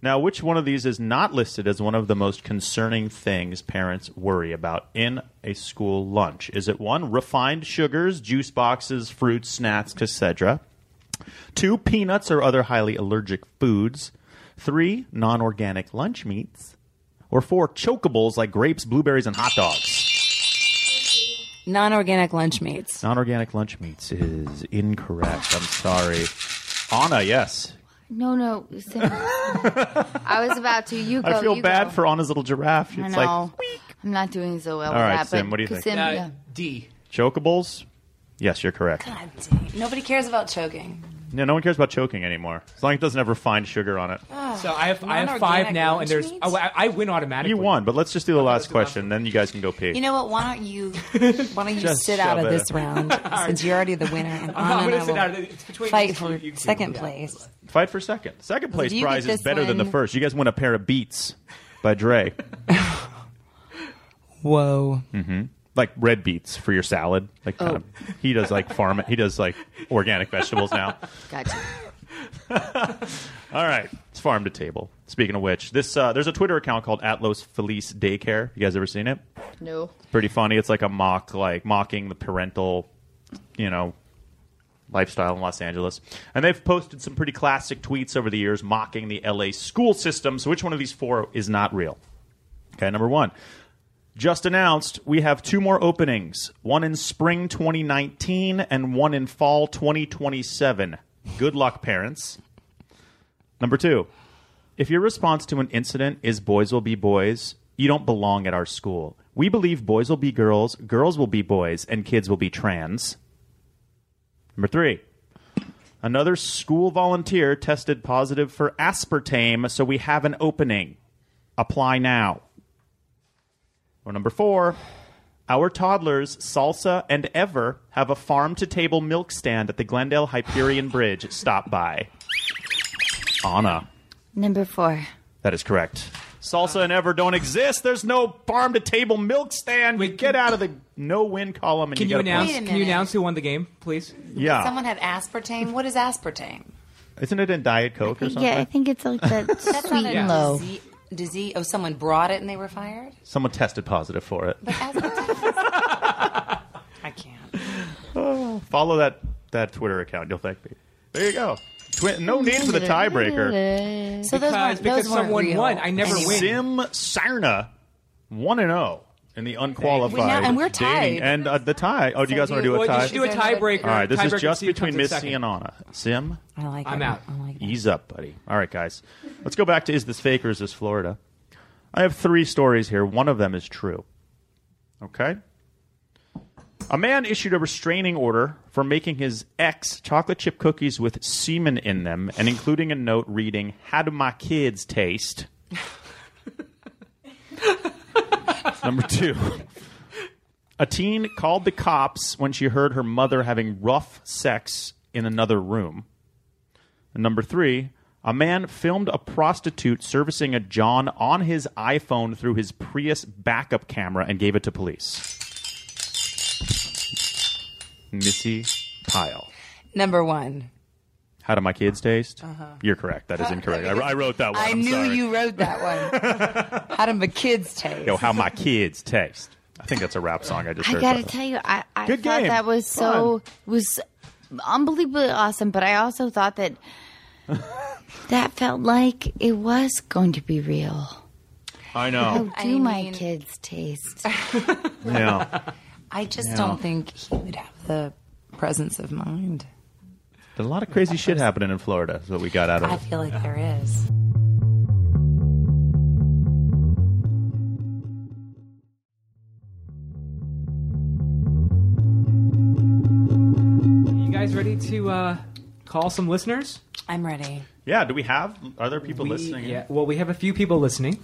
Now, which one of these is not listed as one of the most concerning things parents worry about in a school lunch? Is it one, refined sugars, juice boxes, fruits, snacks, etc.? Two, peanuts or other highly allergic foods. Three, non organic lunch meats. Or four, chokables like grapes, blueberries, and hot dogs. Non-organic lunch meats. Non-organic lunch meats is incorrect. I'm sorry. Anna, yes. No, no. Sim. I was about to. You go. <laughs> I feel you bad go. for Anna's little giraffe. It's I like know. I'm not doing so well All with right, that. Sim, but what do you think? Sim, Uh, yeah. D. chokables. Yes, you're correct. God dang. Nobody cares about choking. No, no one cares about choking anymore. As long as it doesn't ever find sugar on it. Oh. So I have I have Non-organic five now, and lunch there's meats? oh, I, I win automatically. You won, but let's just do the last do the last question. Then you guys can go pee. You know what? Why don't <laughs> you why don't you Just sit out shove of it. this round since you're already the winner and <laughs> I'm Anna and gonna I sit will out of it. It's between you fight two, for you two. second Yeah. place. Fight for second. Second place you prize get is this better than the one- first. You guys win a pair of Beats <laughs> by Dre, Whoa! like red beets for your salad. Like kind Oh. of, he does, like farm. He does like organic vegetables <laughs> now. Gotcha. All right, it's farm to table. Speaking of which, this uh, there's a Twitter account called Atlos Felice Daycare. You guys ever seen it? No. Pretty funny. It's like a mock, like mocking the parental, you know, lifestyle in Los Angeles. And they've posted some pretty classic tweets over the years mocking the LA school system. So which one of these four is not real? Okay, number one. Just announced, we have two more openings one in spring 2019 and one in fall 2027. Good luck, parents. Number two, if your response to an incident is boys will be boys, you don't belong at our school. We believe boys will be girls, girls will be boys, and kids will be trans. Number three, another school volunteer tested positive for aspartame, so we have an opening. Apply now. Or number four, our toddlers, Salsa and Ever, have a farm to table milk stand at the Glendale Hyperion Bridge. Stop by. Anna. Number four. That is correct. Salsa and Ever don't exist. There's no farm to table milk stand. We Wait, get out of the no win column and Can get you a point. announce? Wait a Can you minute. announce who won the game, please? Yeah. had aspartame. What is aspartame? Isn't it in Diet Coke or something? Yeah, I think it's like <laughs> that sweet a and low. dise- disease. Oh, someone brought it and they were fired. Someone tested positive for it. I can't. Follow that that Twitter account. You'll thank me. There you go. Twi- no need for the tiebreaker. So those weren't, Because, those because weren't someone real. won. I never Anyway. win. Sim Sarna, one and zero in the unqualified. We now- and we're dating- tied. And uh, the tie. Oh, do you guys want to do a Well, tie? just do a Is there another- tiebreaker. All right, this Tiebreaker is just seed comes between in Missy second. and Anna. Sim, I like. I'm it. out. I like it. Ease up, buddy. All right, guys. Let's go back to Is This Fake or Is This Florida? I have three stories here. One of them is true. Okay? A man issued a restraining order for making his ex chocolate chip cookies with semen in them and including a note reading, How do my kids taste? <laughs> Number two. A teen called the cops when she heard her mother having rough sex in another room. And Number three, a man filmed a prostitute servicing a John on his iPhone through his Prius backup camera and gave it to police. Missy Pyle. Number one. How do my kids taste? You're correct. That is incorrect. I, I wrote that one. I Oh, I'm knew sorry. you wrote <laughs> that one. How do my kids taste? Yo, how my kids taste. I think that's a rap song I just I heard. gotta by the way. tell you, I, I Good thought game. that was so was unbelievably awesome, but I also thought <laughs> that that felt like it was going to be real. I know. How do my kids taste? <laughs> yeah. I just don't think he would have the presence of mind. There's a lot of crazy shit happening in Florida. Is what we got out of I it. feel like there is. You guys ready to uh, call some listeners? I'm ready. Yeah. Do we have? Are there people We- listening? Yeah. Well, we have a few people listening,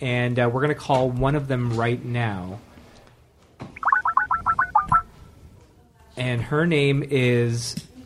and uh, we're going to call one of them right now. And her name is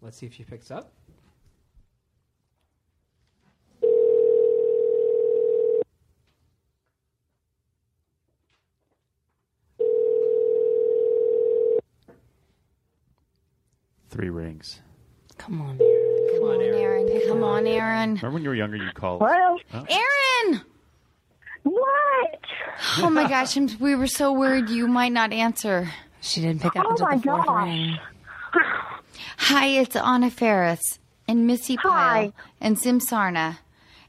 Let's see if she picks up. Three rings. Come on, Aaron. Come on, Aaron. Come on, Aaron. Remember when you were younger, you called. Hello. Aaron! What? Oh <laughs> my gosh, I'm, we were so worried you might not answer. She didn't pick up Oh until my the fourth gosh. ring. Hi, it's Anna Ferris and Missy Pyle Hi. and Sim Sarna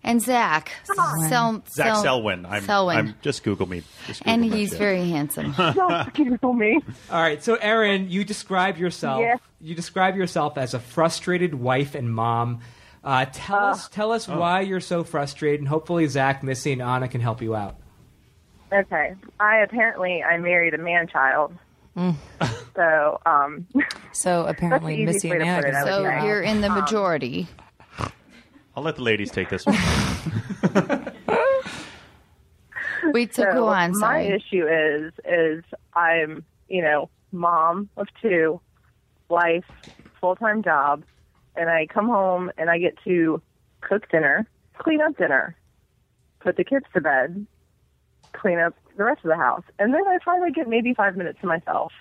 and Zach. Sel- Zach Sel- Selwyn. I'm, Selwyn. I'm just Google me. Just Google and that he's shit. very <laughs> handsome. Don't Google Oh, me. All right. So, Erin, you describe yourself. Yes. You describe yourself as a frustrated wife and mom. Uh, tell us, tell us Oh. why you're so frustrated, and hopefully Zach, Missy, and Anna can help you out. Okay. I apparently I married a man child. Mm. so, um So apparently, That's Missy the easiest and way to Anna. put it, I just- would So Okay. you're in the majority. I'll let the ladies take <laughs> this one. Wait, so, so go on. my Sorry. issue is is I'm, you know, mom of two, wife, full time job, and I come home and I get to cook dinner, clean up dinner, put the kids to bed, clean up the rest of the house. And then I finally get maybe five minutes to myself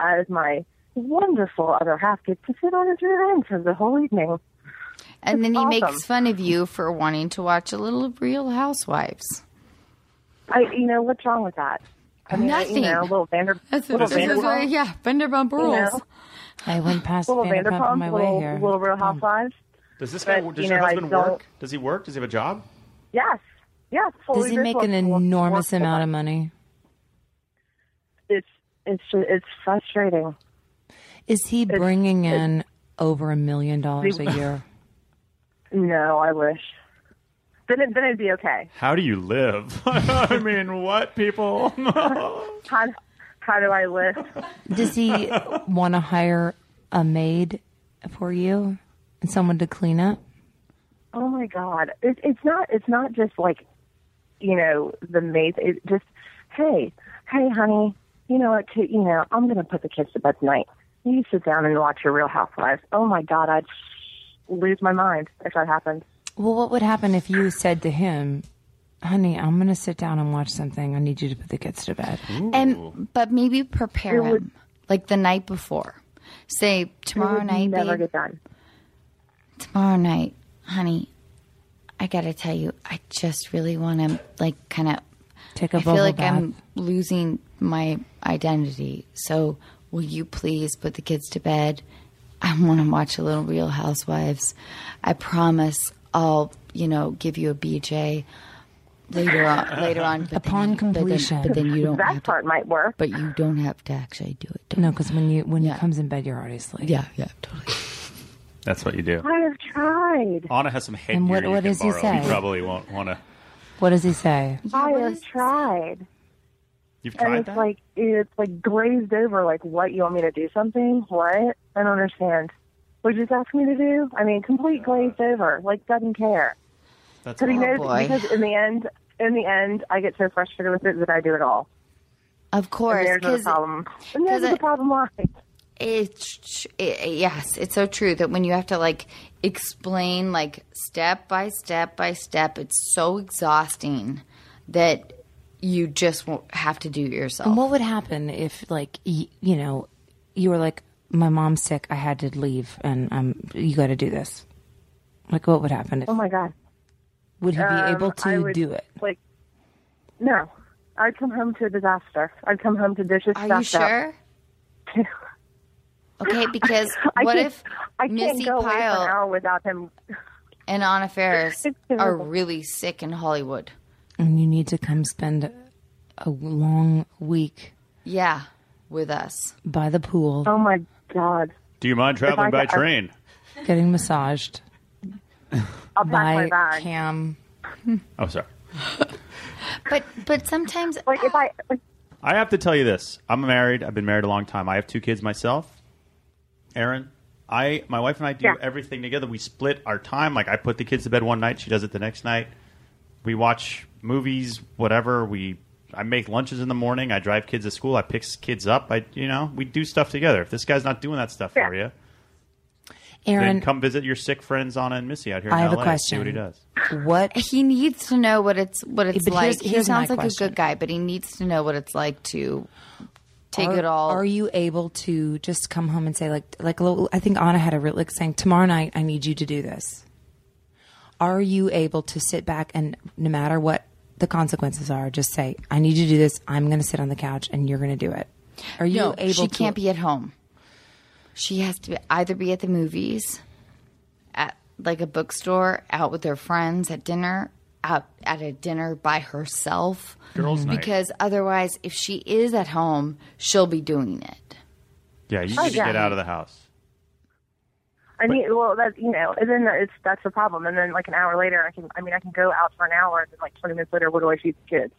as my wonderful other half gets to sit on his rear end for the whole evening. and then he awesome. makes fun of you for wanting to watch a little Real Housewives. I you know, what's wrong with that? I mean, Nothing. You know, little Vander, That's little this is Vanderpump. very, yeah, Vanderpump you Rules. know, I <gasps> went past little Vanderpump on my Vanderpump, little, way here. little Real Housewives. Does this guy? But, Does you your know, I husband don't- work? Does he work? Does he have a job? Yes. Yes. Does he make an enormous amount of money? It's it's it's frustrating. Is he bringing in over a million dollars <laughs> a year? No, I wish. Then it, then it'd be okay. How do you live? <laughs> I mean, what people? <laughs> How how do I live? Does he want to hire a maid for you and someone to clean up? Oh my God! It, it's not it's not just like you know the maid. It just hey hey honey, you know what? To, you know I'm gonna put the kids to bed tonight. You sit down and watch your Real Housewives. Oh my God! I'd lose my mind if that happened. Well, what would happen if you said to him, "Honey, I'm going to sit down and watch something. I need you to put the kids to bed." And but maybe prepare him like the night before. Say It tomorrow would night, never babe. get done. tomorrow night, honey, I gotta tell you, I just really want to like kind of. Take a I feel bubble like bath. I'm losing my identity. So will you please put the kids to bed? I want to watch a little Real Housewives. I promise I'll you know give you a BJ later <laughs> on. Later on, but then Upon you- but then- completion. but then, you don't. That have to- part might work. but you don't have to actually do it. No, because when you when Yeah. it comes in bed, you're already asleep. Yeah, yeah, totally. That's what you do. I have tried. Anna has some headgear And what- you what can does he borrow. say? You probably won't want to. What does he say? I have tried. You've And tried it's that. like it's like glazed over. Like, what you want me to do? Something? What? I don't understand. What you just ask me to do? I mean, complete glazed over. Like, doesn't care. That's Because he knows. Oh, boy. Because in the end, in the end, I get so frustrated with it that I do it all. Of course, And there's where 'cause the problem. And there's 'cause where the it- problem lies. it's it, yes, it's so true that when you have to like explain like step by step by step, it's so exhausting that you just won't have to do it yourself. And what would happen if, like, y- you know, you were like, "My mom's sick. I had to leave, and um, you got to do this." Like, what would happen? If, Oh my god. would he be Um, able I to would, do it? Like, no. I'd come home to a disaster. I'd come home to dishes. Are you stuffed up. sure? <laughs> okay, because I what can't- if I can't Missy go away for an Pyle hour without him? and Anna Ferris <laughs> It's are terrible. really sick in Hollywood? And you need to come spend a long week Yeah, with us. by the pool, Oh my god! Do you mind traveling I by could- I- train? getting massaged I'll pack my by bag. Cam. Oh, sorry. But but sometimes Like if I like, I have to tell you this. I'm married. I've been married a long time. I have two kids myself. Aaron, I my wife and I do Yeah. everything together. We split our time. Like I put the kids to bed one night, she does it the next night. We watch movies, whatever. We I make lunches in the morning. I drive kids to school. I pick kids up. I you know, we do stuff together. If this guy's not doing that stuff Yeah. for you, then Aaron, come visit your sick friends Anna and Missy out here in I have a LA. See question. what he does. what he needs to know what it's what it's but like. here's- he here's my sounds like a question. good guy, but he needs to know what it's like to take are, it all. Are you able to just come home and say like like lo- I think Anna had a real like saying tomorrow night I need you to do this. Are you able to sit back and no matter what the consequences are, just say I need you to do this. I'm going to sit on the couch and you're going to do it. Are you no, able? she to, can't be at home. She has to be, either be at the movies, at like a bookstore, out with her friends at dinner, out at a dinner by herself. Girls' night. Because otherwise, if she is at home, she'll be doing it. Yeah, you need to Oh, yeah. get out of the house. I mean, well, that you know, and then it's that's the problem. And then like an hour later, I can. I mean, I can go out for an hour, and then like twenty minutes later, what do I feed the kids?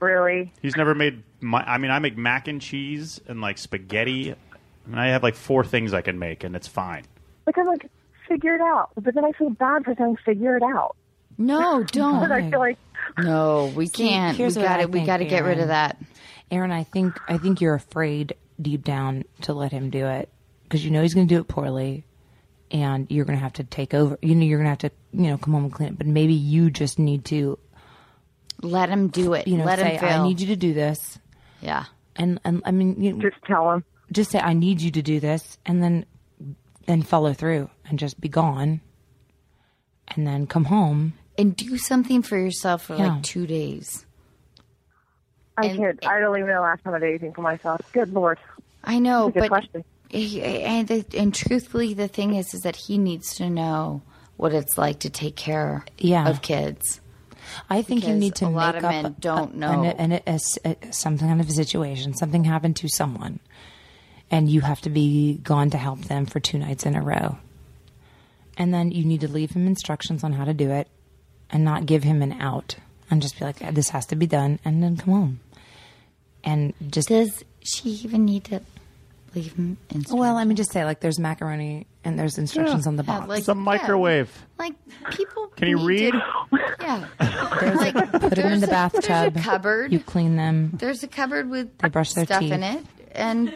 Really? He's never made my. I mean, I make mac and cheese and like spaghetti. I mean, I have like four things I can make, and it's fine. Like I'm like figure it out, but then I feel bad for saying figure it out. <laughs> No, But don't. I feel like no, we can't. We here's what got I it. We think, got to get rid of Aaron. that. Aaron, I think I think you're afraid deep down to let him do it because you know he's going to do it poorly, and you're going to have to take over. You know you're going to have to you know come home and clean it. But maybe you just need to Let him do it. you know Let say him fail. I need you to do this, Yeah. and and I mean you know, just tell him. just say I need you to do this, and then then follow through and just be gone, and then come home. And do something for yourself for Yeah. like two days. I And- can't. I don't even know the last time I did anything for myself. Good lord. I know, That's a good but question. He- and the, and truthfully, the thing is, is that he needs to know what it's like to take care Yeah. of kids. I think you Because need to a lot make of up men don't a- know. an, an, a s- a- some kind of a situation. Something happened to someone, and you have to be gone to help them for two nights in a row. And then you need to leave him instructions on how to do it, and not give him an out, and just be like, "This has to be done," and then come home, and just Does she even need to leave him? Instructions? well, I mean, just say like, "There's macaroni," and there's instructions on the Yeah, box. like- It's a yeah, microwave. like people. Can you need read? to- <laughs> yeah. like, Put them in the bathtub. There's a cupboard. You clean them. there's a cupboard with They brush their stuff in it, teeth. and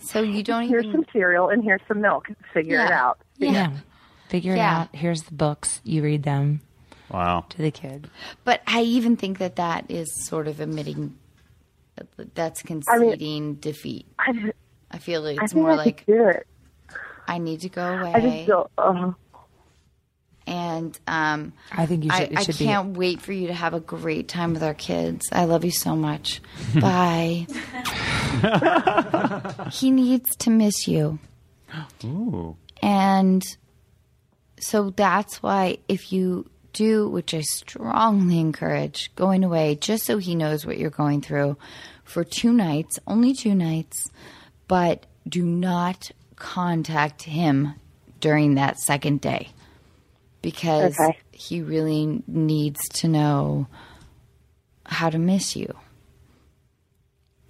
so you don't Here's even. some cereal and here's some milk. Figure it Mm-hmm. Yeah. out. Yeah. Figure Yeah. it out. Here's the books. You read them Wow. to the kid. But I even think that that is sort of admitting that's conceding defeat. I, just- I feel like I it's think more I like could do it. I need to go away. I just feel. Uh, and um, I think you should- I, it should I be- can't wait for you to have a great time with our kids. I love you so <laughs> much. Bye. he needs to miss you, Ooh. and so that's why if you do, which I strongly encourage, going away just so he knows what you're going through for two nights, only two nights, but do not contact him during that second day because Okay. he really needs to know how to miss you.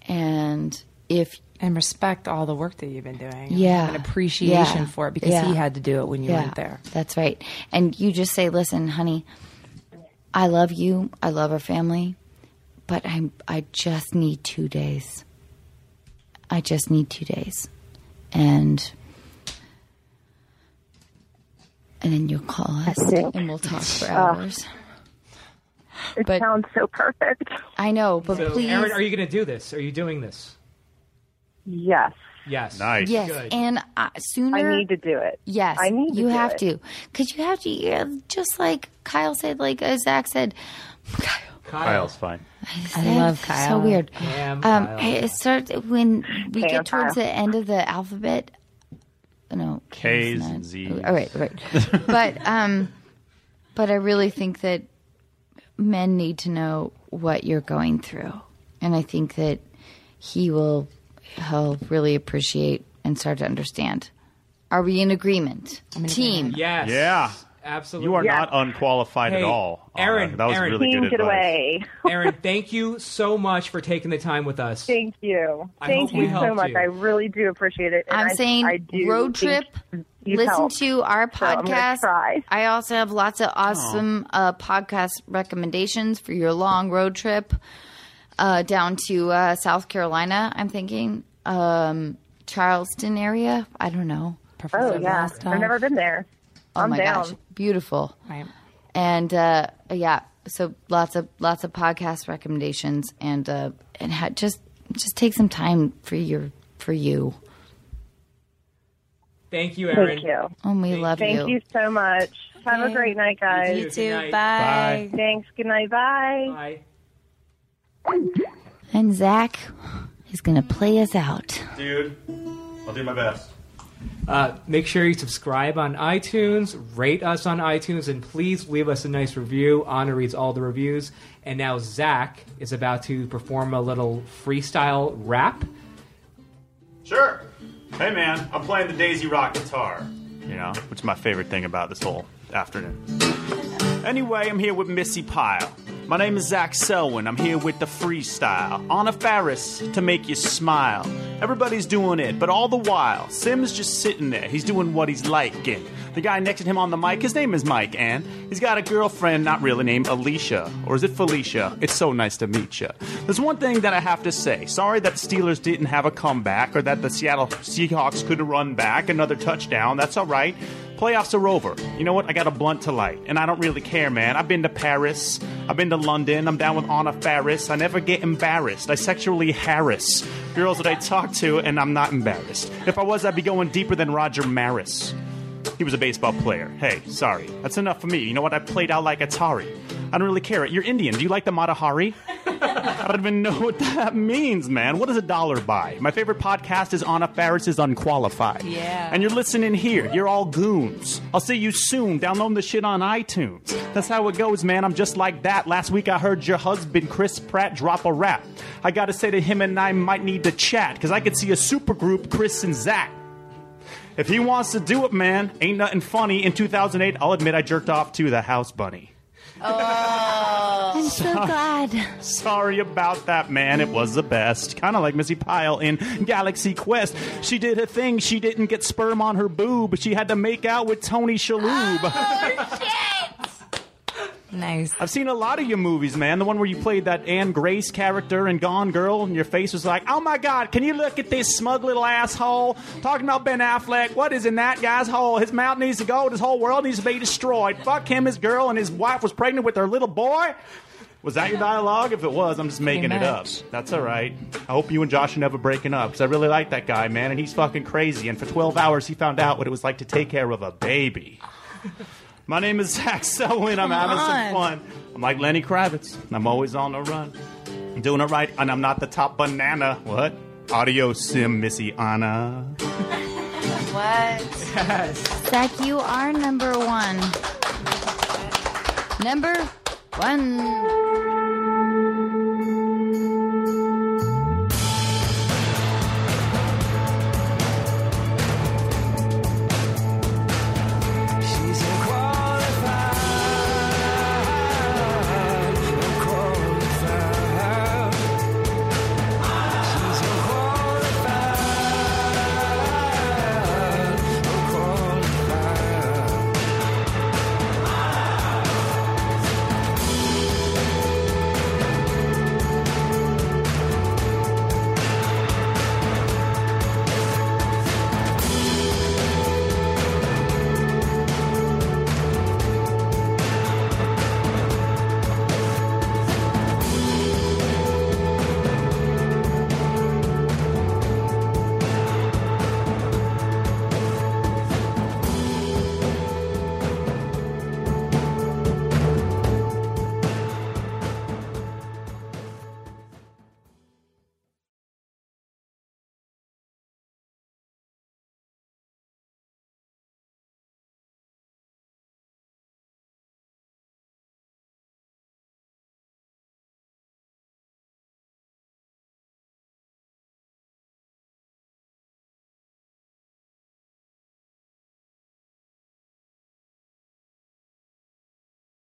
And if and respect all the work that you've been doing. Yeah. and appreciation Yeah. for it because Yeah. he had to do it when you went there. That's right. And you just say, "Listen, honey, I love you. I love our family, but I I just need 2 days. I just need 2 days." And and then you'll call us think- and we'll talk for hours. it But- sounds so perfect. <laughs> I know, but So, please Aaron, are you going to do this? Are you doing this? Yes, Yes. Nice. Yes, Good. and uh, sooner I need to do it. Yes, I need to you do have it. to, because you have to. Yeah, just like Kyle said, like uh, Zach said, Kyle. Kyle's fine. I That love is Kyle. So weird. Damn, Um, Kyle. I- it starts when we Damn, get towards Kyle. the end of the alphabet. No K's not- and Z's. All right, all right. <laughs> but um, but I really think that men need to know what you're going through, and I think that he will he'll really appreciate and start to understand. Are we in agreement, team? Yes. Yeah. Absolutely. You are Yeah. not unqualified Hey, at all. Anna. Aaron, that was Aaron. really Team, good get advice. away. Aaron, thank you so much for taking the time with us. Thank you. I Thank hope we you so helped much. you. I really do appreciate it. and I'm I- saying I do road trip. think you Listen helped. to our I'm gonna podcast. try. I also have lots of awesome uh, podcast recommendations for your long road trip uh, down to uh, South Carolina. I'm thinking um, Charleston area. I don't know. Oh Professor yeah, Blastoff. I've never been there. Oh I'm my down. gosh, beautiful. Right. And uh, yeah, so lots of lots of podcast recommendations, and uh, and ha- just just take some time for your for you. Thank you, Aaron. Thank you. Oh, we love Thank you so much. Have a great night, guys. You too. Bye. Bye. Thanks. Good night. Bye. Bye. And Zach is going to play us out. Dude, I'll do my best. Uh, make sure you subscribe on iTunes, rate us on iTunes, and please leave us a nice review. Anna reads all the reviews. And now Zach is about to perform a little freestyle rap. Sure. Hey, man, I'm playing the Daisy Rock guitar. You know, which is my favorite thing about this whole afternoon. Anyway, I'm here with Missy Pyle. My name is Zach Selwyn. I'm here with the freestyle. Anna Faris to make you smile. Everybody's doing it, but all the while, Sim's just sitting there. He's doing what he's liking. The guy next to him on the mic, his name is Mike, and he's got a girlfriend, not really named Alicia. Or is it Felicia? It's so nice to meet you. There's one thing that I have to say. Sorry that the Steelers didn't have a comeback or that the Seattle Seahawks couldn't run back another touchdown. That's all right. Playoffs are over. You know what? I got a blunt to light, and I don't really care, man. I've been to Paris. I've been to London. I'm down with Anna Faris. I never get embarrassed. I sexually harass girls that I talk to, and I'm not embarrassed. If I was, I'd be going deeper than Roger Maris. He was a baseball player. Hey, sorry. That's enough for me. You know what? I played out like Atari. I don't really care. You're Indian. Do you like the Matahari? I don't even know what that means, man. What does a dollar buy? My favorite podcast is Anna Faris is Unqualified. Yeah. And you're listening here. You're all goons. I'll see you soon. Download the shit on iTunes. That's how it goes, man. I'm just like that. Last week I heard your husband, Chris Pratt, drop a rap. I gotta say to him and I might need to chat, because I could see a supergroup, Chris and Zach. If he wants to do it, man, ain't nothing funny. In 2008, I'll admit I jerked off to the house bunny. I'm so glad. Sorry about that, man. It was the best. Kind of like Missy Pyle in Galaxy Quest. She did her thing. She didn't get sperm on her boob. She had to make out with Tony Shalhoub. Nice. I've seen a lot of your movies, man. The one where you played that Anne Grace character in Gone Girl, and your face was like, "Oh my God, can you look at this smug little asshole talking about Ben Affleck? What is in that guy's hole? His mouth needs to go. His whole world needs to be destroyed. Fuck him, his girl, and his wife was pregnant with their little boy." Was that your dialogue? If it was, I'm just making it up. much. That's all right. I hope you and Josh are never breaking up because I really like that guy, man, and he's fucking crazy. And for 12 hours, he found out what it was like to take care of a baby. My name is Zach Selwyn. I'm having some on. fun. I'm like Lenny Kravitz. I'm always on the run. I'm doing it right, and I'm not the top banana. What? Audio sim, Missy Anna. What? Yes. Zach, you are number one. Number one.